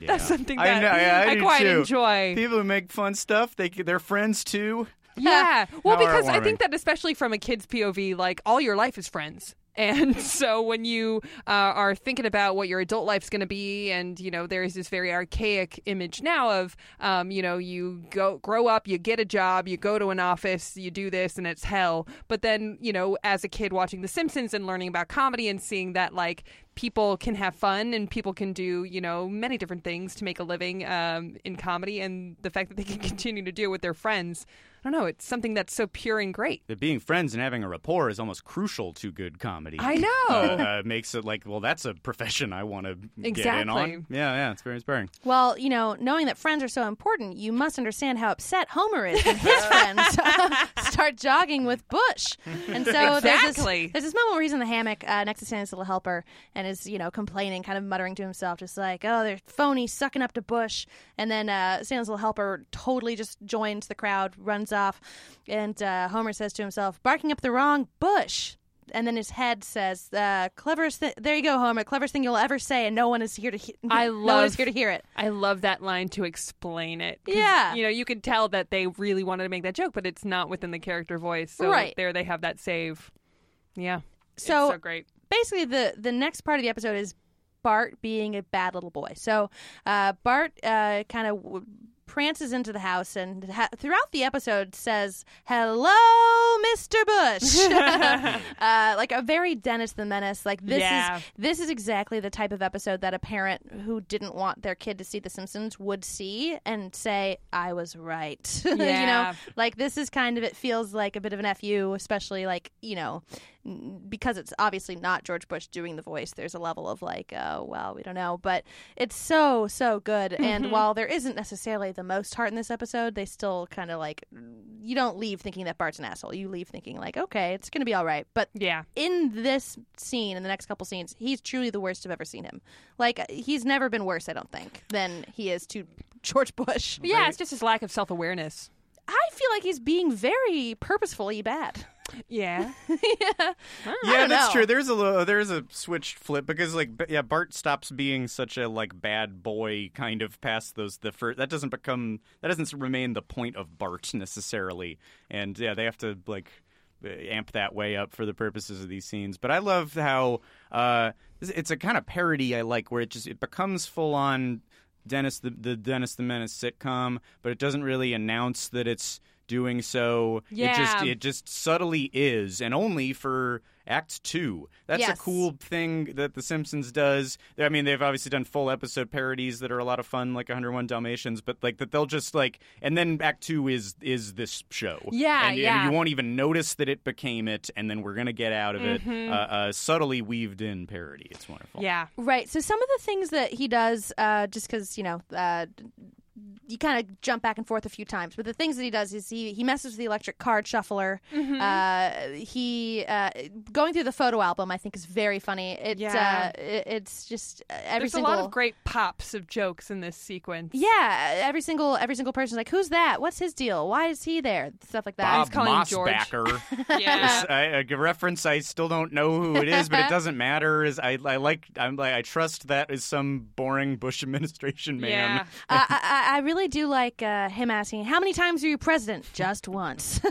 S3: Yeah.
S2: That's something
S3: I
S2: that <laughs> I,
S3: know, yeah, I do
S2: quite
S3: too.
S2: enjoy.
S3: People who make fun stuff, they they're friends too.
S2: <laughs> yeah. Well,
S3: How
S2: because I
S3: heartwarming.
S2: think that especially from a kid's POV, like all your life is friends. <laughs> And so when you uh, are thinking about what your adult life's going to be, and you know there is this very archaic image now of, um, you know, you go grow up, you get a job, you go to an office, you do this, and it's hell. But then you know, as a kid watching The Simpsons and learning about comedy and seeing that like people can have fun and people can do you know many different things to make a living um, in comedy, and the fact that they can <laughs> continue to do it with their friends. I don't know. It's something that's so pure and great.
S3: That being friends and having a rapport is almost crucial to good comedy.
S2: I know.
S3: Uh, uh, makes it like, well, that's a profession I want to get in
S2: Exactly.
S3: on. Yeah, yeah. It's very inspiring.
S1: Well, you know, knowing that friends are so important, you must understand how upset Homer is when his friends uh, <laughs> start jogging with Bush. And so there's,
S2: Exactly.
S1: this, there's this moment where he's in the hammock uh, next to Santa's little helper and is, you know, complaining, kind of muttering to himself, just like, oh, they're phony, sucking up to Bush. And then uh, Santa's little helper totally just joins the crowd, runs off. And uh, Homer says to himself, barking up the wrong Bush. And then his head says, uh, "Cleverest thi- there you go, Homer. Cleverest thing you'll ever say, and no one is here to he-
S2: I
S1: no one is
S2: love-
S1: here to hear it."
S2: I love that line to explain it. 'Cause,
S1: Yeah.
S2: You know, you could tell that they really wanted to make that joke, but it's not within the character voice. So
S1: Right.
S2: there they have that save. Yeah. It's
S1: So-
S2: so great.
S1: basically the the next part of the episode is Bart being a bad little boy. So uh, Bart uh, kind of w- prances into the house and ha- throughout the episode says, "Hello, Mister Bush," <laughs> uh, like a very Dennis the Menace. Like this
S2: Yeah.
S1: is this is exactly the type of episode that a parent who didn't want their kid to see The Simpsons would see and say, "I was right." <laughs> you know,
S2: Yeah.
S1: like this is kind of it feels like a bit of an fu, especially like you know because it's obviously not George Bush doing the voice, there's a level of like, oh, well, we don't know. But it's so, so good. And
S2: Mm-hmm.
S1: while there isn't necessarily the most heart in this episode, they still kind of like, you don't leave thinking that Bart's an asshole. You leave thinking, like, okay, it's going to be all right. But
S2: Yeah.
S1: in this scene, in the next couple scenes, he's truly the worst I've ever seen him. Like, he's never been worse, I don't think, than he is to George Bush.
S2: Yeah, it's just his lack of self awareness.
S1: I feel like he's being very purposefully bad. <laughs>
S2: Yeah.
S1: yeah.
S3: yeah,
S1: don't
S3: that's
S1: know.
S3: true. There's a little, there's a switch flip because like b- yeah, Bart stops being such a like bad boy kind of past those the first that doesn't become that doesn't remain the point of Bart necessarily. And yeah, they have to like uh, amp that way up for the purposes of these scenes. But I love how uh it's- it's a kind of parody I like where it just it becomes full on Dennis the, the Dennis the Menace sitcom, but it doesn't really announce that it's doing so. It
S2: Yeah.
S3: just it just subtly is, and only for Act Two. That's
S1: Yes.
S3: a cool thing that The Simpsons does. I mean, they've obviously done full episode parodies that are a lot of fun, like 101 Dalmatians, but like that they'll just like, and then Act Two is is this show.
S2: Yeah,
S3: and,
S2: yeah.
S3: And you won't even notice that it became it, and then we're gonna get out of it. Uh, uh, subtly weaved in parody. It's wonderful.
S2: Mm-hmm. yeah.
S1: Right. So some of the things that he does, uh, just because you know, uh, you kind of jump back and forth a few times. But the things that he does is he he messes with the electric card shuffler. Uh, he uh, going through the photo album, I think, is very funny. It,
S2: Yeah.
S1: uh, it it's just uh, every
S2: There's
S1: single
S2: a lot of great pops of jokes in this sequence.
S1: yeah, every single every single person's like, who's that? What's his deal? Why is he there? Stuff like that.
S3: Bob
S2: calling him George. <laughs>
S3: Mossbacker.
S2: Yeah.
S3: It's I, a reference I still don't know who it is, but
S2: <laughs>
S3: it doesn't matter. Is I, I like I'm like I trust that is some boring Bush administration <laughs> man.
S1: Uh, I, I I really do like uh, him asking, "How many times were you president?" Just once. <laughs> uh,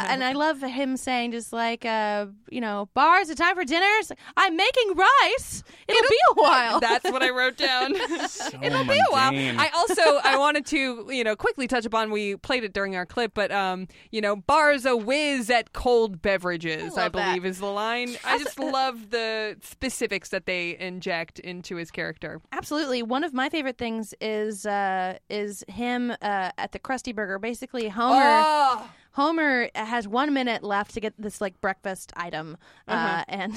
S1: and I love him saying, just like, uh, you know, bars a time for dinner. It's like, I'm making rice. It'll, be a while.
S2: That's what I wrote <laughs> down.
S3: Oh
S2: It'll be a while.
S3: mundane.
S2: Oh. I also I wanted to you know quickly touch upon we played it during our clip, but um you know bars a whiz at cold beverages. I,
S1: love that.
S2: believe is the line. I just love the specifics that they inject into his character.
S1: <laughs> Absolutely. One of my favorite things is uh, is him uh, at the Krusty Burger. Basically, Homer.
S2: Oh,
S1: Homer has one minute left to get this like breakfast item, uh and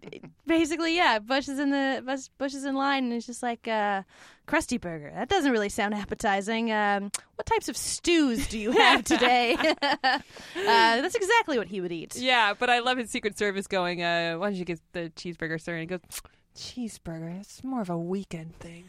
S1: <laughs> basically, yeah, Bush is in the Bush, Bush is in line, and it's just like uh, crusty burger. That doesn't really sound appetizing. Um, what types of stews do you have today? <laughs> uh, that's exactly what he would
S2: <laughs>
S1: eat.
S2: Yeah, but I love his Secret Service going, uh, why don't you get the cheeseburger, sir? And he goes, cheeseburger, it's more of a weekend thing.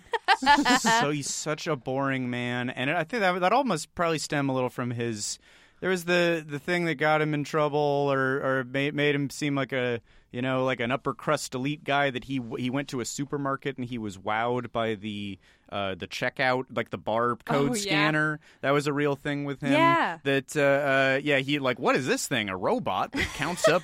S3: so he's such a boring man, and I think that that almost probably stem a little from his. There was the the thing that got him in trouble, or or made, made him seem like a you know like an upper crust elite guy. That he he went to a supermarket and he was wowed by the uh, the checkout like the barcode
S2: yeah.
S3: scanner. That was a real thing with him.
S1: Yeah.
S3: That uh, uh, yeah he like what is this thing? A robot that counts up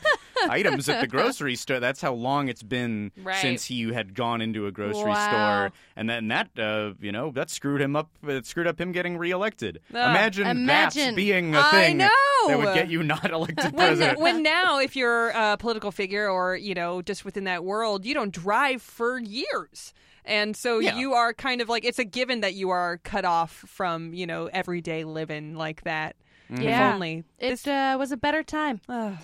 S3: items at the grocery store. That's how long it's been
S2: Right.
S3: since he had gone into a grocery
S1: Wow.
S3: store and then that uh, you know that screwed him up it screwed up him getting reelected
S2: Ugh.
S3: imagine,
S1: Imagine.
S3: that being a
S2: I
S3: thing
S2: know.
S3: that would get you not <laughs> elected
S2: When,
S3: president
S2: when now, if you're a political figure or, you know, just within that world, you don't drive for years. And so
S3: Yeah.
S2: you are kind of like, it's a given that you are cut off from, you know, everyday living like that. If
S1: Mm-hmm. Yeah.
S2: only.
S1: It uh, was a better time.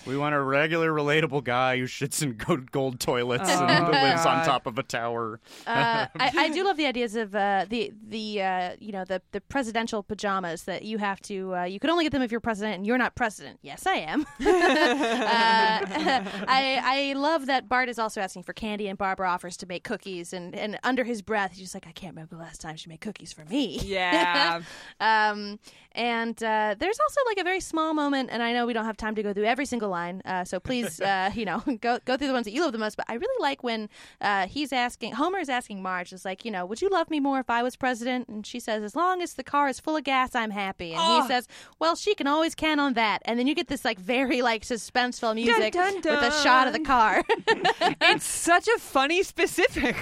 S3: we want a regular relatable guy who shits in gold, gold toilets
S2: Oh,
S3: and lives on
S2: God.
S3: top of a tower
S1: Uh, I, I do love the ideas of uh, the the uh, you know the the presidential pajamas that you have to uh, you can only get them if you're president and you're not president. Yes, I am. <laughs> uh, <laughs> I I love that Bart is also asking for candy and Barbara offers to make cookies and and under his breath he's just like I can't remember the last time she made cookies for me. <laughs>
S2: Yeah.
S1: Um, and uh, there's also like a very small moment, and I know we don't have time to go through every single line, uh,
S2: <laughs>
S1: so please, uh, you know, <laughs> go go through the ones that you love the most. But I really like when uh, he's asking Homer is asking Marge, is like, you know, would you love me more if I was president? And she says, as long as the car is full of gas, I'm happy. And he says, well, she can always count on that. And then you get this like very like suspenseful music
S2: dun,
S1: with a shot of
S2: <laughs>
S1: the car.
S2: it's such a funny
S1: <laughs>
S2: specific.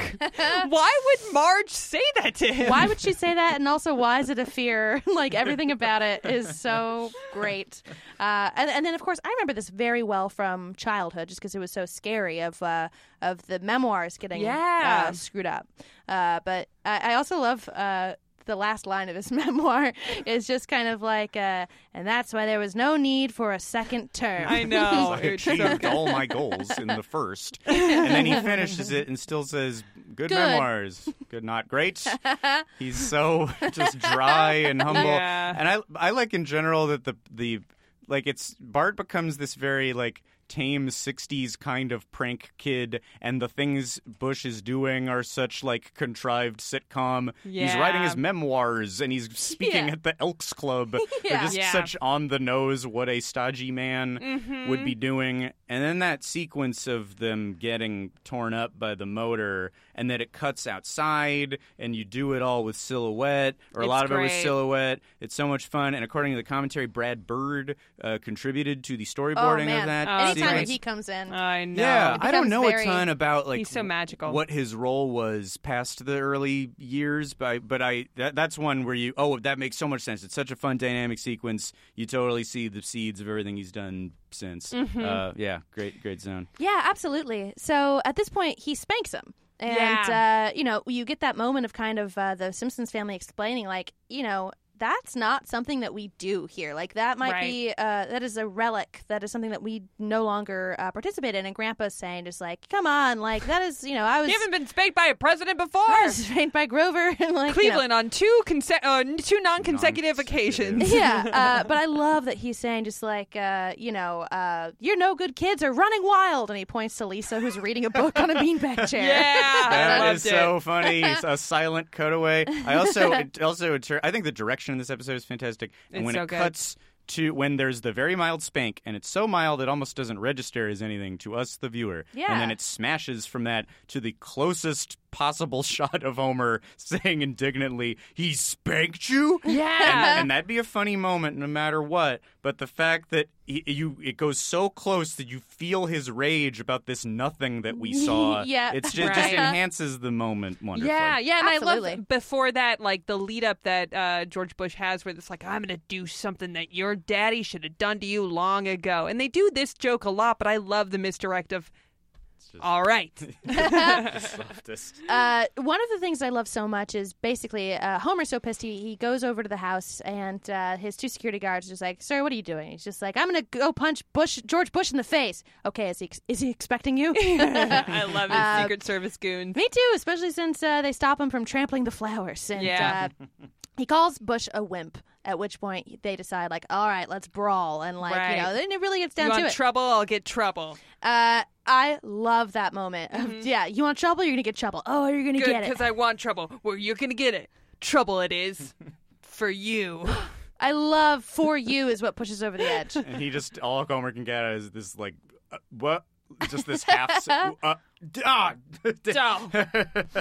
S2: Why would Marge say that to him?
S1: why would she say that? And also, why is it a fear? <laughs> like everything about it is so great. Uh, and, and then, of course, I remember this very well from childhood, just because it was so scary of uh, of the memoirs getting
S2: Yeah.
S1: uh, screwed up. Uh, but I, I also love. Uh, the last line of his <laughs> memoir is just kind of like, uh, and that's why there was no need for a second term.
S2: <laughs> I
S1: <laughs>
S2: know.
S3: i
S2: <laughs> It's so
S3: achieved
S2: good.
S3: all my goals in the first and then he finishes it and still says good,
S1: Good.
S3: memoirs good
S1: <laughs>
S3: not great he's so <laughs> just dry and humble
S2: Yeah.
S3: and i i like in general that the the like it's bart becomes this very like tame 60s kind of prank kid and the things bush is doing are such like contrived sitcom he's writing
S2: Yeah.
S3: his memoirs and he's speaking
S1: Yeah.
S3: at the elks club they're
S1: <laughs> Yeah.
S3: just
S2: Yeah.
S3: such on the nose what a stodgy man would
S1: Mm-hmm.
S3: be doing and then that sequence of them getting torn up by the motor and that it cuts outside and you do it all with silhouette or a
S2: It's
S3: lot of it with
S2: great.
S3: silhouette it's so much fun and according to the commentary brad bird uh, contributed to the storyboarding of that
S2: Oh,
S1: Oh, Anytime
S3: sequence.
S1: that he comes in,
S2: I know.
S3: yeah,
S1: It
S3: I don't
S1: becomes
S3: know
S1: very-
S3: a ton about like
S2: He's so magical.
S3: what his role was past the early years, but but I that, that's one where you oh that makes so much sense. It's such a fun dynamic sequence. You totally see the seeds of everything he's done since.
S2: Mm-hmm.
S3: Uh, yeah, great great zone.
S1: Yeah, absolutely. So at this point, he spanks him. And,
S2: Yeah.
S1: uh, you know, you get that moment of kind of uh, the Simpsons family explaining, like, you know, that's not something that we do here. Like, that might be, uh, that is a relic. That is something that we no longer uh, participate in. And Grandpa's saying, just like, come on, like, that is, you know, I was,
S2: You haven't been spanked by a president before.
S1: <laughs> I was trained by Grover. <laughs> and like, you know.
S2: Cleveland on two conse- uh, two non-consecutive occasions. <laughs>
S1: yeah, uh, but I love that he's saying just like uh, you know, uh, you're no good kids are running wild, and he points to Lisa who's reading a book on a beanbag chair.
S2: <laughs> Yeah, I
S3: That
S2: loved
S3: is
S2: it.
S3: so funny. It's a silent cutaway.
S2: <laughs>
S3: I also it also it tur- I think the direction in this episode is fantastic. And
S2: It's
S3: when
S2: so
S3: it
S2: good.
S3: cuts to when there's the very mild spank and it's so mild it almost doesn't register as anything to us the viewer. And then
S1: Yeah.
S3: it smashes from that to the closest possible <laughs> shot of Homer saying indignantly, "He spanked you?"
S2: yeah.
S3: and, and that'd be a funny moment no matter what. But the fact that he, you it goes so close that you feel his rage about this nothing that we
S2: <laughs>
S3: saw.
S1: Yeah.
S3: it's just, just
S2: Right. Uh-huh.
S3: enhances the moment wonderfully. <laughs>
S2: Yeah, yeah, and I
S1: Absolutely.
S2: love before that, like the lead up that uh, George Bush has, where it's like, "I'm gonna do something that your daddy should have done to you long ago," and they do this joke a lot, but I love the misdirect of
S3: It's just
S2: All right.
S3: the softest.
S1: Uh, one of the things I love so much is basically uh, Homer's so pissed he, he goes over to the house and uh, his two security guards are just like, "Sir, what are you doing?" He's just like, "I'm gonna go punch Bush George Bush in the face." Okay, is he is he
S2: <laughs>
S1: expecting you? <laughs>
S3: <laughs>
S2: I love his
S1: Uh,
S2: Secret Service goons.
S1: Me too, especially since uh, they stop him from trampling the flowers. And
S2: Yeah.
S1: uh, he calls Bush a wimp. At which point they decide, like, all right, let's brawl, and like,
S2: Right.
S1: you know, then it really gets down
S2: you
S1: to
S2: want
S1: it.
S2: trouble? I'll get trouble.
S1: uh, I love that moment. of, yeah, you want trouble, you're gonna get trouble. Oh, you're
S2: Mm-hmm.
S1: gonna
S2: Good,
S1: get it.
S2: because I want trouble. Well, you're gonna get it. Trouble it
S3: <laughs>
S2: is for you.
S1: I love for you is what pushes over the edge.
S3: And he just all Homer can get is this like uh, what just this
S2: <laughs>
S3: half s- uh, d- ah, <laughs>
S2: Duh.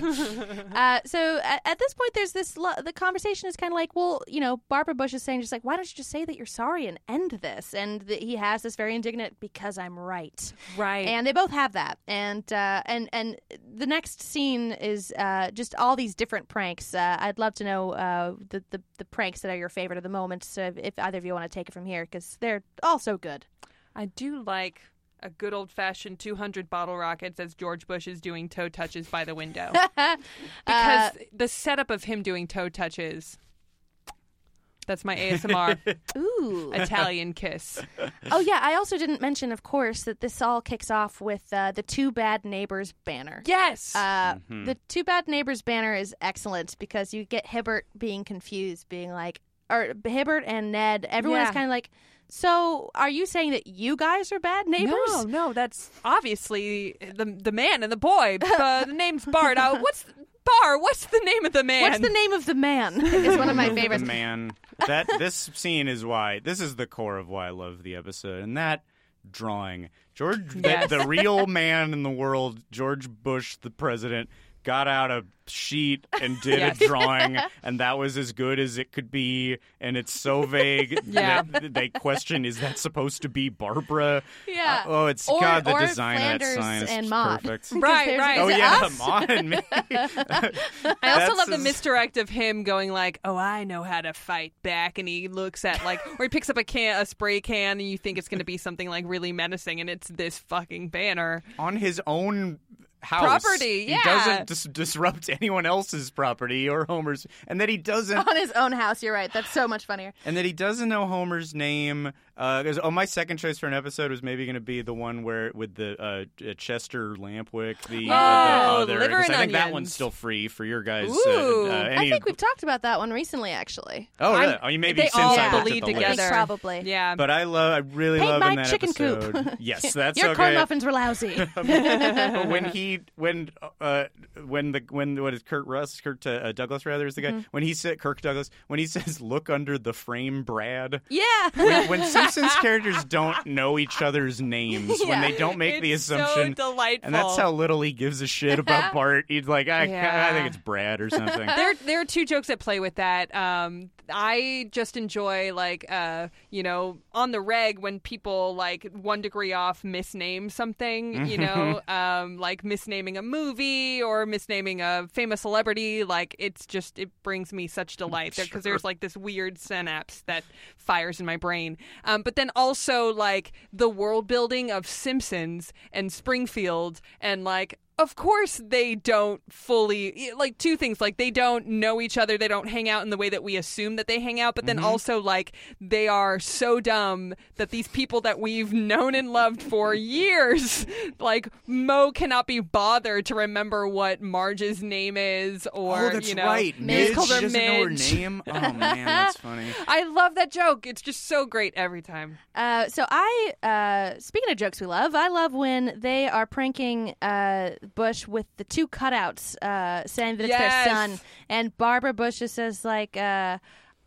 S1: Uh, so at, at this point, there's this. Lo- the conversation is kind of like, well, you know, Barbara Bush is saying just like, why don't you just say that you're sorry and end this? And th- he has this very indignant because I'm right.
S2: Right.
S1: And they both have that. And uh, and and the next scene is uh, just all these different pranks. Uh, I'd love to know uh, the, the the pranks that are your favorite of the moment. So if, if either of you want to take it from here, because they're all so good.
S2: I do like a good old fashioned 200 bottle rockets as George Bush is doing toe touches by the <laughs> window. because the setup of him doing toe touches. That's my <laughs> ASMR
S1: Ooh.
S2: Italian kiss.
S1: Oh yeah, I also didn't mention, of course, that this all kicks off with uh, the Two Bad Neighbors banner.
S2: Yes.
S1: Uh,
S3: Mm-hmm.
S1: The Two Bad Neighbors banner is excellent because you get Hibbert being confused, being like, or Hibbert and Ned, everyone is
S2: Yeah.
S1: kind of like, so are you saying that you guys are bad neighbors?
S2: no, no, that's obviously the the man and the boy. <laughs> Uh, the name's Bart. Uh, what's Bar? What's the name of the man?
S1: What's the name of the
S3: <laughs>
S1: man? Is one of my favorites.
S3: The man, that this scene is why this is the core of why I love the episode, and that drawing George, the-
S2: Yes.
S3: the, real man in the world, George Bush, the president. Got out a sheet and did
S2: Yes.
S1: <laughs>
S3: a drawing, and that was as good as it could be. And it's
S1: <laughs>
S3: so vague
S2: Yeah.
S3: that they question: Is that supposed to be Barbara?
S1: Yeah.
S3: Uh, oh, it's
S1: Or-
S3: God. The
S1: or
S3: design
S1: Flanders
S3: of that sign is
S1: and <laughs>
S3: just
S1: Maude.
S3: perfect.
S2: Right,
S1: There's-
S2: right.
S3: oh
S1: it
S3: yeah,
S1: us?
S3: Ma and me.
S2: I also
S3: That's
S2: love the
S3: his-
S2: misdirect of him going like, "Oh, I know how to fight back," and he looks at like, or he picks up a can, a spray can, and you think it's going to be something like really menacing, and it's this fucking banner.
S3: on his own house
S2: Property, yeah.
S3: He doesn't dis- disrupt <laughs> anyone else's property or Homer's, and that he
S2: Oh.
S3: doesn't.
S1: <laughs> On his own house, you're right. That's so much funnier.
S3: And that he doesn't know Homer's name. Uh, 'cause- oh, my second choice for an episode was maybe going to be the one where with the uh, uh, Chester Lampwick, the,
S2: Oh,
S3: uh, the other.
S2: liver
S3: 'cause
S2: and
S3: I think that
S2: onions.
S3: one's still free for your guys. uh,
S2: Ooh.
S3: uh,
S1: I
S3: any-
S1: think we've talked about that one recently, actually.
S3: oh, really?
S2: I'm-
S3: oh, you maybe
S2: they
S3: since
S2: all
S3: I
S2: bleed
S3: looked at the
S1: I think
S2: together.
S3: list.
S1: probably.
S2: Yeah,
S3: But I love. I really
S1: Paint
S3: love
S1: my
S3: in that
S1: chicken
S2: <laughs>
S3: episode.
S1: coop.
S3: Yes, that's
S1: Your
S3: okay.
S1: corn muffins were lousy.
S3: but
S2: <laughs>
S3: <laughs> when he when uh when the when what is Kurt Russ Kurt uh, Douglas rather is the guy
S2: Mm-hmm.
S3: when he said Kirk Douglas when he <laughs> says look under the
S2: <laughs>
S3: frame Brad
S1: <laughs> yeah. <laughs>
S3: when, when Simpsons characters don't know each other's names when
S1: Yeah.
S3: they don't make the
S2: It's so
S3: assumption
S2: delightful.
S3: and that's how little he gives a
S2: <laughs>
S3: shit about Bart he's like I
S2: Yeah.
S3: I think it's Brad or something
S2: there there are two jokes that play with that. Um, I just enjoy like uh, you know on the reg when people like one degree off misname something. You know, um, like misnaming a movie or misnaming a famous celebrity. Like it's just it brings me such delight because there's like this weird synapse that fires in my brain. Um, but then also like the world building of Simpsons and Springfield and like of course they don't fully like two things like they don't know each other they don't hang out in the way that we assume that they hang out
S3: Mm-hmm.
S2: but then also like they are so dumb that these people that we've known and loved for years <laughs> like mo cannot be bothered to remember what marge's name is <laughs> or
S3: oh that's
S2: you know
S3: right
S1: Midge.
S3: Midge
S2: She called her
S3: doesn't know her
S2: Midge.
S3: name oh man that's funny
S2: i love that joke it's just so great every time
S1: Uh, so I, uh, speaking of jokes we love, I love when they are pranking uh, Bush with the two cutouts, uh, saying that it's
S2: Yes.
S1: their son, and Barbara Bush just says like, uh,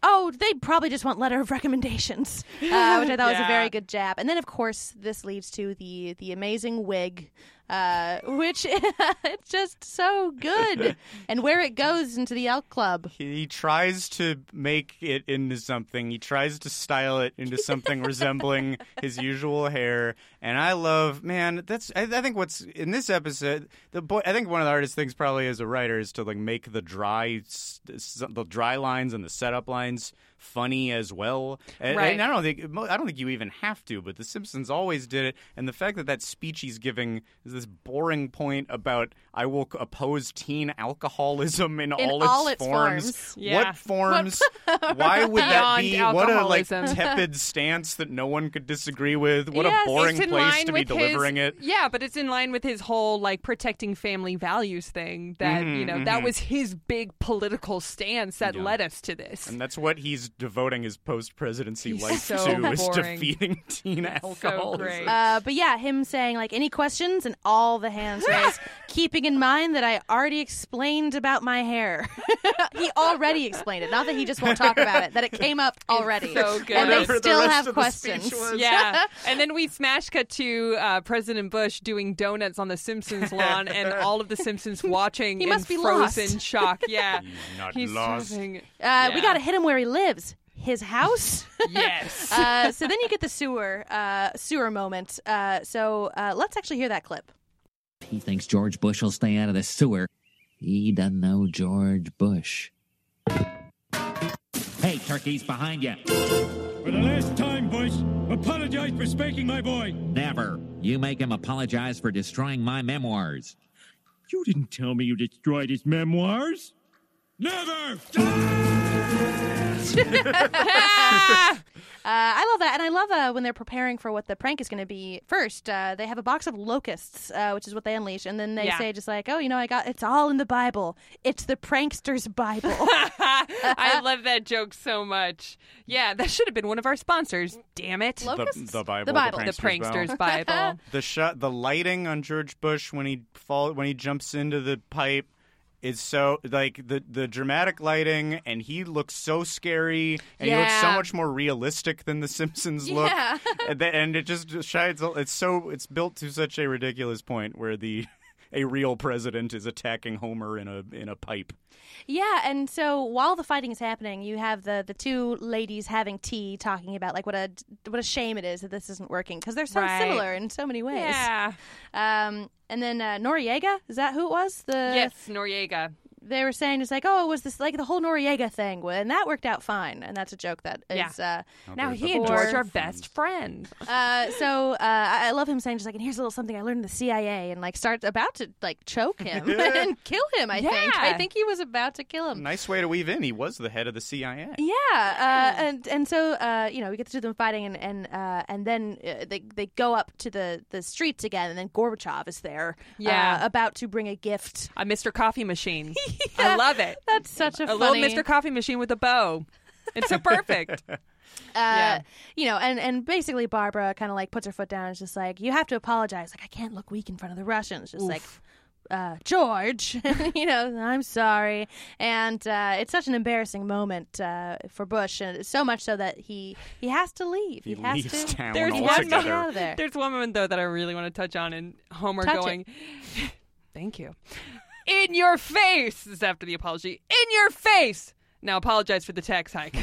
S1: "Oh, they probably just want letter of recommendations," <laughs> uh, which I thought was a
S2: Yeah.
S1: very good jab. And then of course this leads to the the amazing wig. Uh, which <laughs> it's just so good, and where it goes into the elk club.
S3: He, he tries to make it into something. He tries to style it into something resembling his usual hair. And I love, man. That's I, I think what's in this episode. The boy, I think one of the hardest things probably as a writer is to like make the dry, s- s- the dry lines and the setup lines funny as well. And,
S2: Right.
S3: and I don't think mo- I don't think you even have to, but The Simpsons always did it. And the fact that that speech he's giving is this boring point about I will c- oppose teen alcoholism in,
S1: In
S3: all its
S1: all its forms.
S2: Yeah. <laughs>
S3: What forms? Why would that
S2: Beyond
S3: be? What a like
S2: alcoholism. <laughs>
S3: tepid stance that no one could disagree with. What
S2: Yes,
S3: a boring
S2: it's in
S3: place
S2: line
S3: to be
S2: with
S3: delivering
S2: his,
S3: it.
S2: Yeah, but it's in line with his whole like protecting family values thing. That
S3: Mm-hmm,
S2: you know that was his big political stance that led us to this.
S3: And that's what he's devoting his post presidency
S2: He's
S3: life
S2: so
S3: to is
S2: boring.
S3: defeating <laughs> teen
S2: so
S3: alcoholism.
S2: great.
S1: Uh, but yeah, him saying like any questions and all the hands
S3: <laughs>
S1: raised, keeping in mind that I already explained about my hair. <laughs> he already explained it. Not that he just won't talk about it. That
S3: <laughs>
S1: it came up already,
S2: so good.
S1: and they
S2: Whatever
S3: the
S1: still
S3: rest
S1: have
S3: of the speech
S1: questions.
S3: was.
S2: yeah, and then we smash cut to uh, President Bush doing donuts on the Simpsons lawn,
S3: <laughs>
S2: and all of the Simpsons watching
S1: <laughs> He
S2: in
S1: must be
S2: frozen <laughs>
S1: lost.
S2: shock.
S3: <laughs>
S2: Yeah,
S3: Not
S2: he's
S1: <laughs>
S3: lost.
S2: having-
S1: Uh,
S2: Yeah.
S1: We gotta hit him where he lives. His
S3: <laughs>
S1: house.
S2: yes.
S1: <laughs> uh, so then you get the sewer uh, sewer moment. Uh, so uh, let's actually hear that clip.
S6: He thinks George Bush will stay out of the sewer. He doesn't know George Bush. Hey, turkeys behind you.
S4: For the last time, Bush, apologize for spanking my boy.
S6: Never. You make him apologize for destroying my memoirs.
S4: You didn't tell me you destroyed his memoirs. Never!
S1: Uh, I love that, and I love uh, when they're preparing for what the prank is going to be. First, uh, they have a box of locusts, uh, which is what they unleash, and then they
S2: Yeah.
S1: say just like, "Oh, you know, I got it's all in the Bible. It's the
S2: <laughs>
S1: prankster's Bible."
S2: I love that joke so much. Yeah, that should have been one of our sponsors. Damn it.
S1: Lo-
S3: The,
S1: Locusts?
S3: the Bible,
S1: The Bible.
S2: the Prankster's
S1: <laughs>
S3: Bible.
S2: Bible.
S3: The shot, the lighting on George Bush when he fall when he jumps into the pipe is so like the the dramatic lighting, and he looks so scary, and he looks so
S2: Yeah.
S3: much more realistic than the Simpsons look.
S1: Yeah.
S3: and, th- and it just shines. It's so it's built to such a ridiculous point where the. <laughs> A real president is attacking Homer in a in a pipe.
S1: yeah, and so while the fighting is happening, you have the the two ladies having tea, talking about like what a what a shame it is that this isn't working because they're so
S2: Right.
S1: similar in so many ways.
S2: Yeah.
S1: Um, and then uh, Noriega, is that who it was? The
S2: Yes, Noriega.
S1: they were saying it's like, oh, it was this like the whole Noriega thing, and that worked out fine. And that's a joke that is. Uh,
S2: Now
S3: there's
S2: he
S3: the
S2: and
S1: best
S2: George are
S1: friends.
S2: best friends.
S1: uh, so uh, I I love him saying just like, and here's a little something I learned in the CIA, and like starts about to like choke him <laughs> and kill him. I think
S2: Yeah.
S1: I think he was about to kill him.
S3: Nice way to weave in. He was the head of the CIA.
S1: Yeah, uh, and and so uh, you know we get to see them fighting, and and uh, and then uh, they they go up to the, the streets again, and then Gorbachev is there,
S2: Yeah.
S1: uh, about to bring a gift.
S2: A Mr. Coffee <laughs> Machine. I love it.
S1: That's such a,
S2: A
S1: funny...
S2: little Mr. Coffee Machine with a bow. It's so
S1: <laughs>
S2: perfect. Yeah.
S1: Uh you know, and and basically Barbara kind of like puts her foot down and is just like, you have to apologize. Like I can't look weak in front of the Russians. Just like. Uh, George, <laughs> you know, I'm sorry, and uh, it's such an embarrassing moment uh, for Bush, and so much so that he he has to leave.
S3: He
S1: has
S3: leaves
S1: to.
S3: town
S2: There's one
S1: Get
S3: altogether.
S1: out of there.
S2: There's one moment though that I really want to touch on, and Homer
S1: Touch it.
S2: going, <laughs> "Thank you, in your face." This is after the apology, in your face. Now apologize for the tax hike.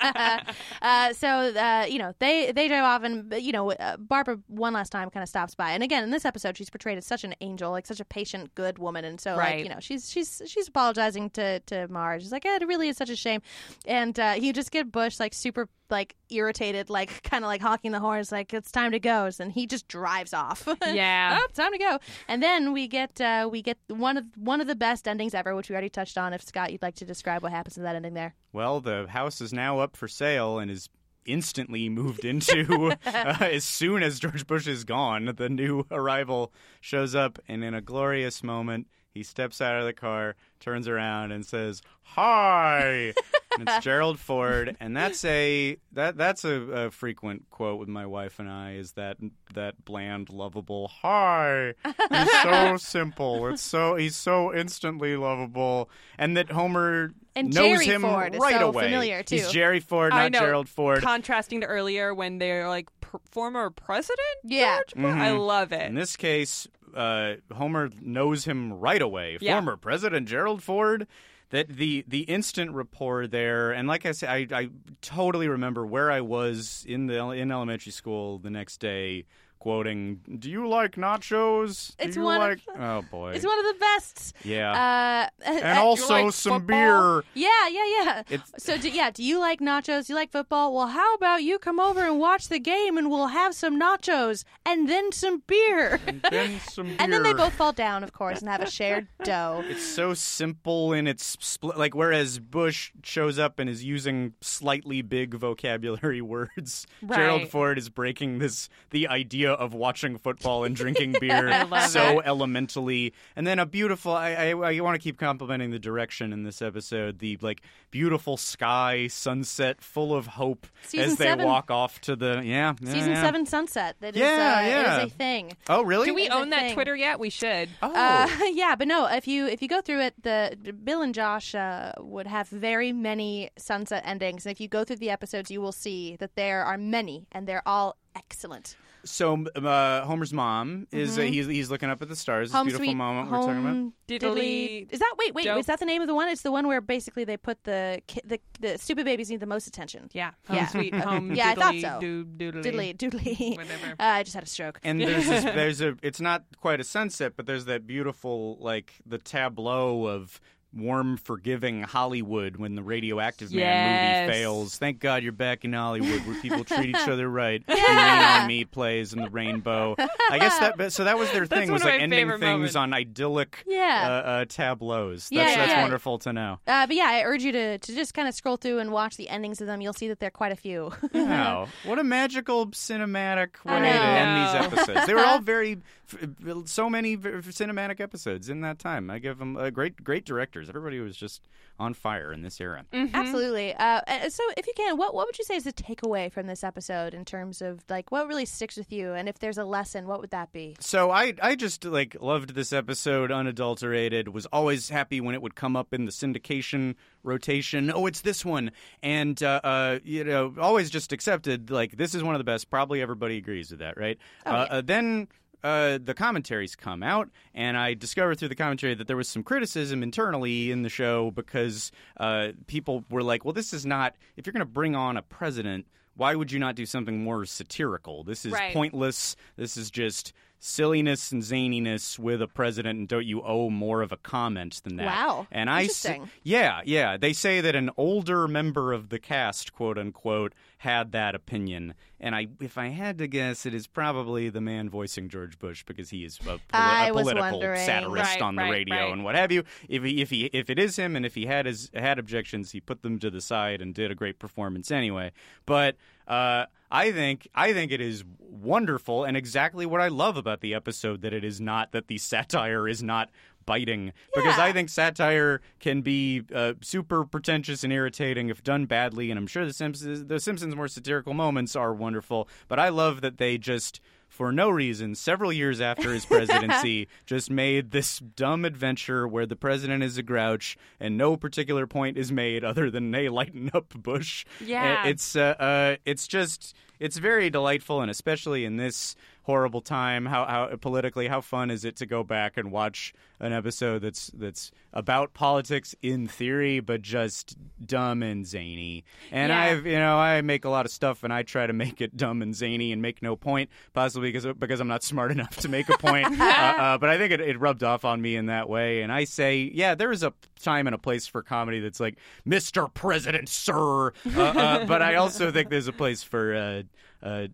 S1: Uh, so uh, you know they they drive off, and you know uh, Barbara one last time kind of stops by, and again in this episode she's portrayed as such an angel, like such a patient, good woman, and so
S2: Right.
S1: like you know she's she's she's apologizing to to Marge. She's like, eh, it really is such a shame, and uh, you just get Bush like super like irritated, like <laughs> kind of like honking the horns, like it's time to go, and he just drives off.
S2: <laughs>
S1: <laughs>
S2: Yeah. <laughs>
S1: oh, it's time to go, and then we get uh, we get one of one of the best endings ever, which we already touched on. If Scott, you'd like to describe what happens in that ending there.
S3: Well, the house is now up for sale and is instantly moved into uh, as soon as George Bush is gone. The new arrival shows up, and in a glorious moment, he steps out of the car, turns around, and says, "Hi." and it's Gerald Ford, and that's a that that's a, a frequent quote with my wife and I is that that bland, lovable "Hi." He's so simple. It's so he's so instantly lovable, and that Homer
S1: And
S3: knows
S1: Jerry
S3: him
S1: Ford is
S3: right
S1: so
S3: away.
S1: familiar, too.
S3: He's Jerry Ford,
S2: I
S3: not
S2: know.
S3: Gerald Ford.
S2: Contrasting to earlier when they're like pr- former president.
S1: Yeah.
S2: George Bush?
S1: Mm-hmm.
S2: I love
S3: In
S2: it.
S3: this case, uh, Homer knows him right away.
S2: Yeah.
S3: Former President Gerald Ford. That the the instant rapport there, and like I said, I, I totally remember where I was in the in elementary school the next day quoting, "Do you like nachos? Do
S1: It's
S3: you
S1: one
S3: like?"
S1: of-
S3: oh boy,
S1: It's one of the best.
S3: yeah.
S1: Uh, <laughs>
S3: and also
S2: like
S3: some
S2: football?
S3: beer.
S1: Yeah, yeah, yeah.
S3: It's
S1: So do, yeah, do you like nachos? Do you like football? Well, how about you come over and watch the game, and we'll have some nachos and then some beer,
S3: then some beer.
S1: <laughs> Uh, and then they both fall down, of course, and have a
S3: <laughs>
S1: shared dough.
S3: It's so simple in its split. Like whereas Bush shows up and is using slightly big vocabulary <laughs> words, Gerald
S2: Right.
S3: Ford is breaking this the idea of watching football and drinking beer
S2: I love
S3: so elementally. And then a beautiful. I I, I want to keep complimenting the direction in this episode. The like beautiful sky, sunset, full of hope
S1: Season
S3: as they
S1: seven.
S3: walk off to the yeah yeah,
S1: Season
S3: yeah.
S1: seven sunset. That is,
S3: Yeah,
S1: uh,
S3: yeah.
S1: It is a thing.
S3: Oh really?
S2: Do we
S1: It's a
S2: own that
S1: thing.
S2: Twitter yet? We should.
S3: Oh.
S1: Uh, <laughs> yeah, but no. If you if you go through it, the Bill and Josh uh, would have very many sunset endings, and if you go through the episodes, you will see that there are many, and they're all excellent.
S3: So um, uh, Homer's mom is uh, he's, he's looking up at the stars.
S1: Home
S3: this beautiful
S1: sweet
S3: moment
S1: home
S3: we're talking about.
S1: diddly.
S2: Diddly
S1: Is that wait wait
S2: dope.
S1: is that the name of the one? It's the one where basically they put the ki- the the stupid babies need the most attention.
S2: Yeah. Home <laughs>
S1: Yeah.
S2: sweet home.
S1: Yeah, I thought
S2: diddly
S1: so.
S2: doo- Doodly.
S1: Diddly doodly.
S2: Whatever.
S1: <laughs> Uh, I just had a stroke.
S3: And there's this, there's a it's not quite a sunset, but there's that beautiful like the tableau of warm, forgiving Hollywood when the Radioactive Man
S2: Yes.
S3: movie fails. Thank God you're back in Hollywood where people treat each other right. You lean on me plays and the rainbow. I guess that but- so that was their thing
S2: one
S3: was
S2: of
S3: like
S2: my
S3: ending
S2: favorite
S3: things
S2: moments.
S3: on idyllic
S1: Yeah.
S3: uh, uh, tableaus.
S1: Yeah,
S3: that's
S1: yeah,
S3: that's
S1: yeah.
S3: wonderful to know.
S1: Uh, but yeah, I urge you to, to just kind of scroll through and watch the endings of them. You'll see that there are quite a few. <laughs>
S3: Wow. What a magical cinematic
S1: I
S3: way to end
S2: know.
S3: these episodes. They were all very, f- f- so many v- f- cinematic episodes in that time. I give them uh, great, great directors. Everybody was just on fire in this era.
S1: Absolutely. Uh, and so, if you can, what what would you say is the takeaway from this episode in terms of like what really sticks with you, and if there's a lesson, what would that be?
S3: So I, I just like loved this episode unadulterated. Was always happy when it would come up in the syndication rotation. Oh, it's this one, and uh, uh, you know, always just accepted like this is one of the best. Probably everybody agrees with that, right? uh, uh, then. Uh, the commentaries come out, and I discovered through the commentary that there was some criticism internally in the show because uh, people were like, "Well, this is not. If you're going to bring on a president, why would you not do something more satirical? This is
S2: Right.
S3: point." pointless. This is just silliness and zaniness with a president, and don't you owe more of a comment than that?
S1: Wow.
S3: And I, s-
S1: Interesting.
S3: yeah, yeah. They say that an older member of the cast, quote unquote, had that opinion, and I, if I had to guess, it is probably the man voicing George Bush because he is a, poli-
S1: I
S3: a
S1: was
S3: political
S1: wondering.
S3: satirist
S2: Right,
S3: on the
S2: right,
S3: radio
S2: right.
S3: and what have you. If he, if he, if it is him, and if he had his had objections, he put them to the side and did a great performance anyway. But uh, I think I think it is wonderful and exactly what I love about the episode that it is not that the satire is not biting because I think satire can be uh, super pretentious and irritating if done badly and I'm sure the Simpsons the Simpsons more satirical moments are wonderful but I love that they just for no reason, several years after
S2: <laughs>
S3: his presidency, just made this dumb adventure where the president is a grouch and no particular point is made other than they lighten up Bush.
S2: Yeah.
S3: Uh, It's uh, uh, it's just it's very delightful, and especially in this horrible time, how, how politically, how fun is it to go back and watch an episode that's that's about politics in theory, but just dumb and zany. And
S2: Yeah.
S3: I've you know I make a lot of stuff, and I try to make it dumb and zany and make no point, possibly because because I'm not smart <laughs> enough to make a point. uh, uh, but I think it, it rubbed off on me in that way, and I say, yeah, there is a time and a place for comedy that's like, Mr. President, sir. Uh, uh, but I also think there's a place for uh, uh,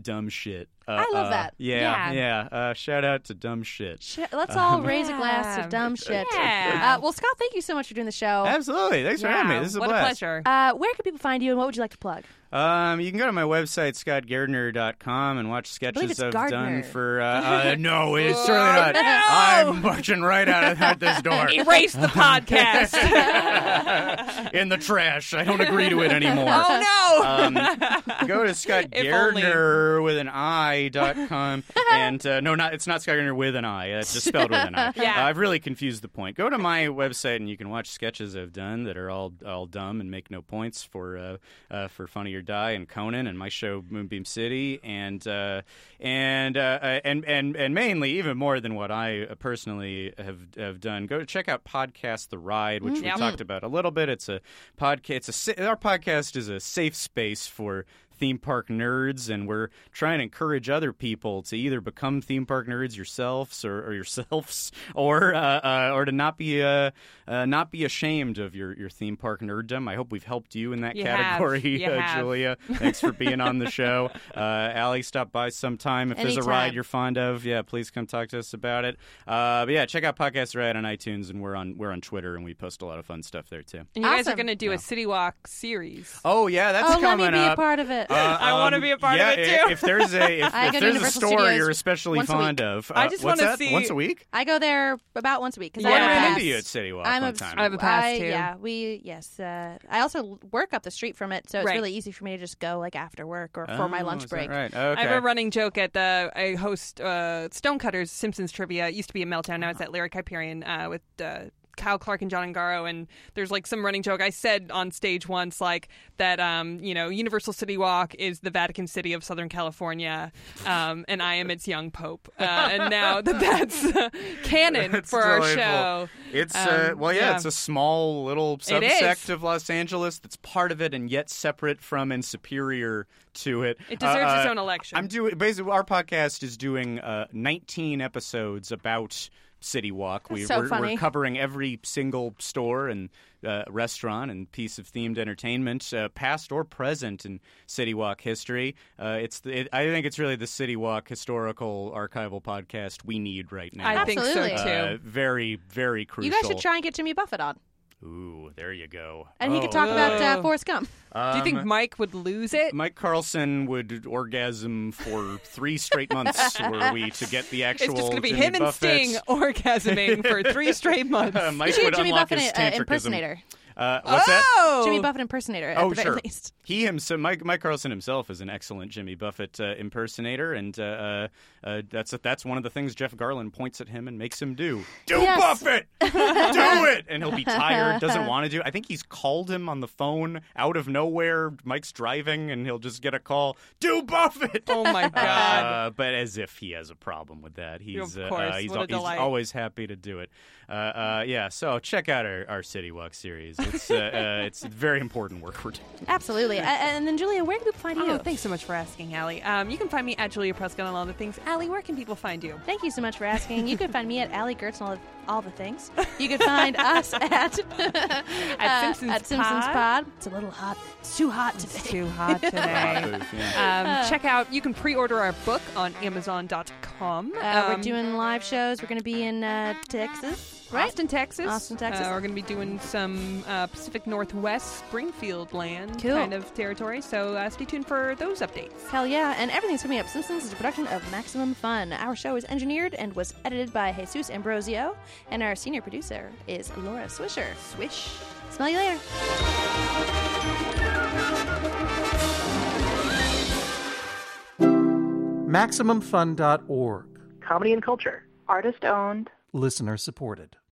S3: dumb shit. Uh,
S1: I love
S3: uh,
S1: that.
S3: Yeah, yeah. Uh, shout out to dumb shit.
S1: Sh- Let's
S3: <laughs>
S1: all raise a glass of dumb shit.
S2: Yeah.
S1: Uh, well, Scott, thank you so much for doing the show.
S3: Absolutely. Thanks for having me.
S2: Wow,
S3: This is a
S2: what
S3: blast.
S2: a pleasure.
S1: Uh, where can people find you, and what would you like to plug?
S3: Um, you can go to my website, scottgardner.com, and watch
S1: believe
S3: sketches
S1: it's
S3: I've
S1: Gardner.
S3: done
S1: <laughs>
S3: for. Uh, uh, no, it's certainly not. I'm marching right out of out this
S1: <laughs>
S3: door.
S2: Erase <laughs> the podcast. <laughs>
S3: in the trash. I don't agree to it
S1: <laughs>
S3: anymore.
S2: oh no. <laughs>
S3: um, go to Scott
S2: If only.
S3: Gardner with an I dot com and uh, no, not it's not Scott Gardner with an I. uh, It's just spelled with an I.
S2: <laughs> Yeah.
S3: Uh, I've really confused the point. Go to my website and you can watch sketches I've done that are all all dumb and make no points for uh, uh, for Funny or Die and Conan and my show Moonbeam City and uh, and uh, uh, and and and mainly even more than what I uh, personally have have done. Go check out podcast The Ride, which we
S2: Yep.
S3: talked about a little bit. It's a podcast. It's a sa- our podcast is a safe space for theme park nerds, and we're trying to encourage other people to either become theme park nerds yourselves or, or yourselves, <laughs> or uh, uh, or to not be uh, uh, not be ashamed of your, your theme park nerddom. I hope we've helped you in that
S2: You have.
S3: category, <laughs>
S2: You
S3: uh,
S2: have.
S3: Julia. Thanks for being on the show. Uh, Allie, stop by sometime if there's a
S1: Anytime.
S3: ride you're fond of. Yeah, please come talk to us about it. Uh, but yeah, check out Podcast Riot on iTunes, and we're on we're on Twitter, and we post a lot of fun stuff there too.
S2: And you guys are
S1: Awesome.
S2: going to do a City Walk series.
S3: Oh yeah, that's
S1: oh, let
S3: coming
S1: me be
S3: up. Uh, um,
S1: a part of it. <laughs>
S2: I wanna be a part of
S3: yeah,
S2: it,
S3: i-
S2: too.
S3: If there's a if,
S1: I
S3: if
S1: go to
S3: there's a
S1: Universal
S3: story
S1: Studios
S3: you're especially
S1: once a week.
S3: fond of,
S2: I just
S3: want
S2: wanna
S3: to
S2: see-
S3: once a week.
S1: I go there about once a week because
S2: Yeah.
S1: I
S3: I
S1: have a
S3: ran
S1: pass.
S3: into you at City Walk
S1: I'm
S3: one
S1: a-
S3: time.
S2: I have a pass
S1: I-
S2: too.
S1: Yeah, we yes. Uh, I also work up the street from it, so it's
S2: Right.
S1: really easy for me to just go like after work or for my
S3: Oh,
S1: lunch
S3: is that
S1: break.
S3: Right. Okay.
S2: I have a running joke at the I host uh, Stonecutters Simpsons trivia. It used to be a meltdown. Now it's at Larry Kyperian uh, with uh, Kyle Clark and John Angaro. And there's like some running joke I said on stage once, like that um, you know Universal City Walk is the Vatican City of Southern California, um, and I am its young pope. Uh, and now
S3: <laughs>
S2: that that's <laughs> uh, canon
S3: That's
S2: for our
S3: delightful.
S2: show.
S3: It's uh,
S2: Um,
S3: well, yeah,
S2: yeah.
S3: it's a small little
S2: It is.
S3: subsect of Los Angeles that's part of it and yet separate from and superior to it. Uh,
S2: It deserves its own election.
S3: I'm doing basically our podcast is doing uh, 19 episodes about City Walk. we,
S1: so
S3: we're,
S1: funny.
S3: we're covering every single store and uh, restaurant and piece of themed entertainment, uh, past or present in City Walk history. Uh, it's the, it, I think it's really the City Walk historical archival podcast we need right now.
S2: I think so too.
S1: Absolutely.
S3: Uh, very, very crucial.
S1: You guys should try and get Jimmy Buffett on,
S3: Ooh, there you go.
S1: and he
S3: Oh,
S1: could talk about
S2: Oh.
S1: uh, Forrest Gump.
S3: <laughs>
S2: Do you
S3: um,
S2: think Mike would lose it?
S3: Mike Carlson would orgasm for three straight months were we to
S1: <laughs>
S3: get the actual.
S2: It's just going to be
S3: Jimmy
S2: him and
S3: Buffett.
S2: Sting <laughs> orgasming for three <laughs> straight months.
S3: Uh, Mike
S1: You should
S3: would
S1: get Jimmy
S3: unlock
S1: Buffett
S3: his
S1: uh,
S3: tantrichism.
S1: impersonator.
S3: Uh, what's that?
S2: oh,
S1: Jimmy Buffett impersonator at
S3: Oh,
S1: the very
S3: sure.
S1: least.
S3: He himself, Mike, Mike Carlson himself, is an excellent Jimmy Buffett uh, impersonator, and uh, uh, uh, that's that's one of the things Jeff Garland points at him and makes him do. Do
S1: Yes.
S2: <laughs>
S3: Buffett, do it, and he'll be tired, doesn't want to do. I think he's called him on the phone out of nowhere. Mike's driving, and he'll just get a call. Do Buffett.
S2: Oh my <laughs> god.
S3: Uh, but as if he has a problem with that. He's,
S2: Of
S3: uh,
S2: course.
S3: uh, he's,
S2: What a
S3: al- he's
S2: delight.
S3: always happy to do it. Uh, uh, yeah, so check out our, our City Walk series. It's, uh, uh, it's very important work we're doing.
S1: Absolutely. A- and then Julia, where can people find you?
S2: Oh, thanks so much for asking, Allie. Um, you can find me at Julia Prescott on all the things. Allie, where can people find you?
S1: Thank you so much for asking. You can find me at Allie Gertz and all, all the things.
S2: <laughs>
S1: You can find us at <laughs> uh,
S2: At Simpsons
S1: at Simpsons
S2: Pod.
S1: Pod. It's a little hot. It's too hot today.
S2: <laughs> It's too hot today.
S3: Uh, yeah.
S2: um, check out, you can pre order our book on Amazon.com.
S1: Uh,
S2: Um,
S1: we're doing live shows. We're going to be in uh, Texas, right?
S2: Austin, Texas.
S1: Austin, Texas.
S2: Uh, we're going to be doing some uh, Pacific Northwest, Springfield land
S1: Cool.
S2: kind of territory. So uh, stay tuned for those updates.
S1: Hell yeah! And everything's coming up. Simpsons is a production of Maximum Fun. Our show is engineered and was edited by Jesus Ambrosio, and our senior producer is Laura Swisher. Swish. Smell you later.
S11: MaximumFun.org.
S12: comedy and culture, artist owned.
S11: Listener supported.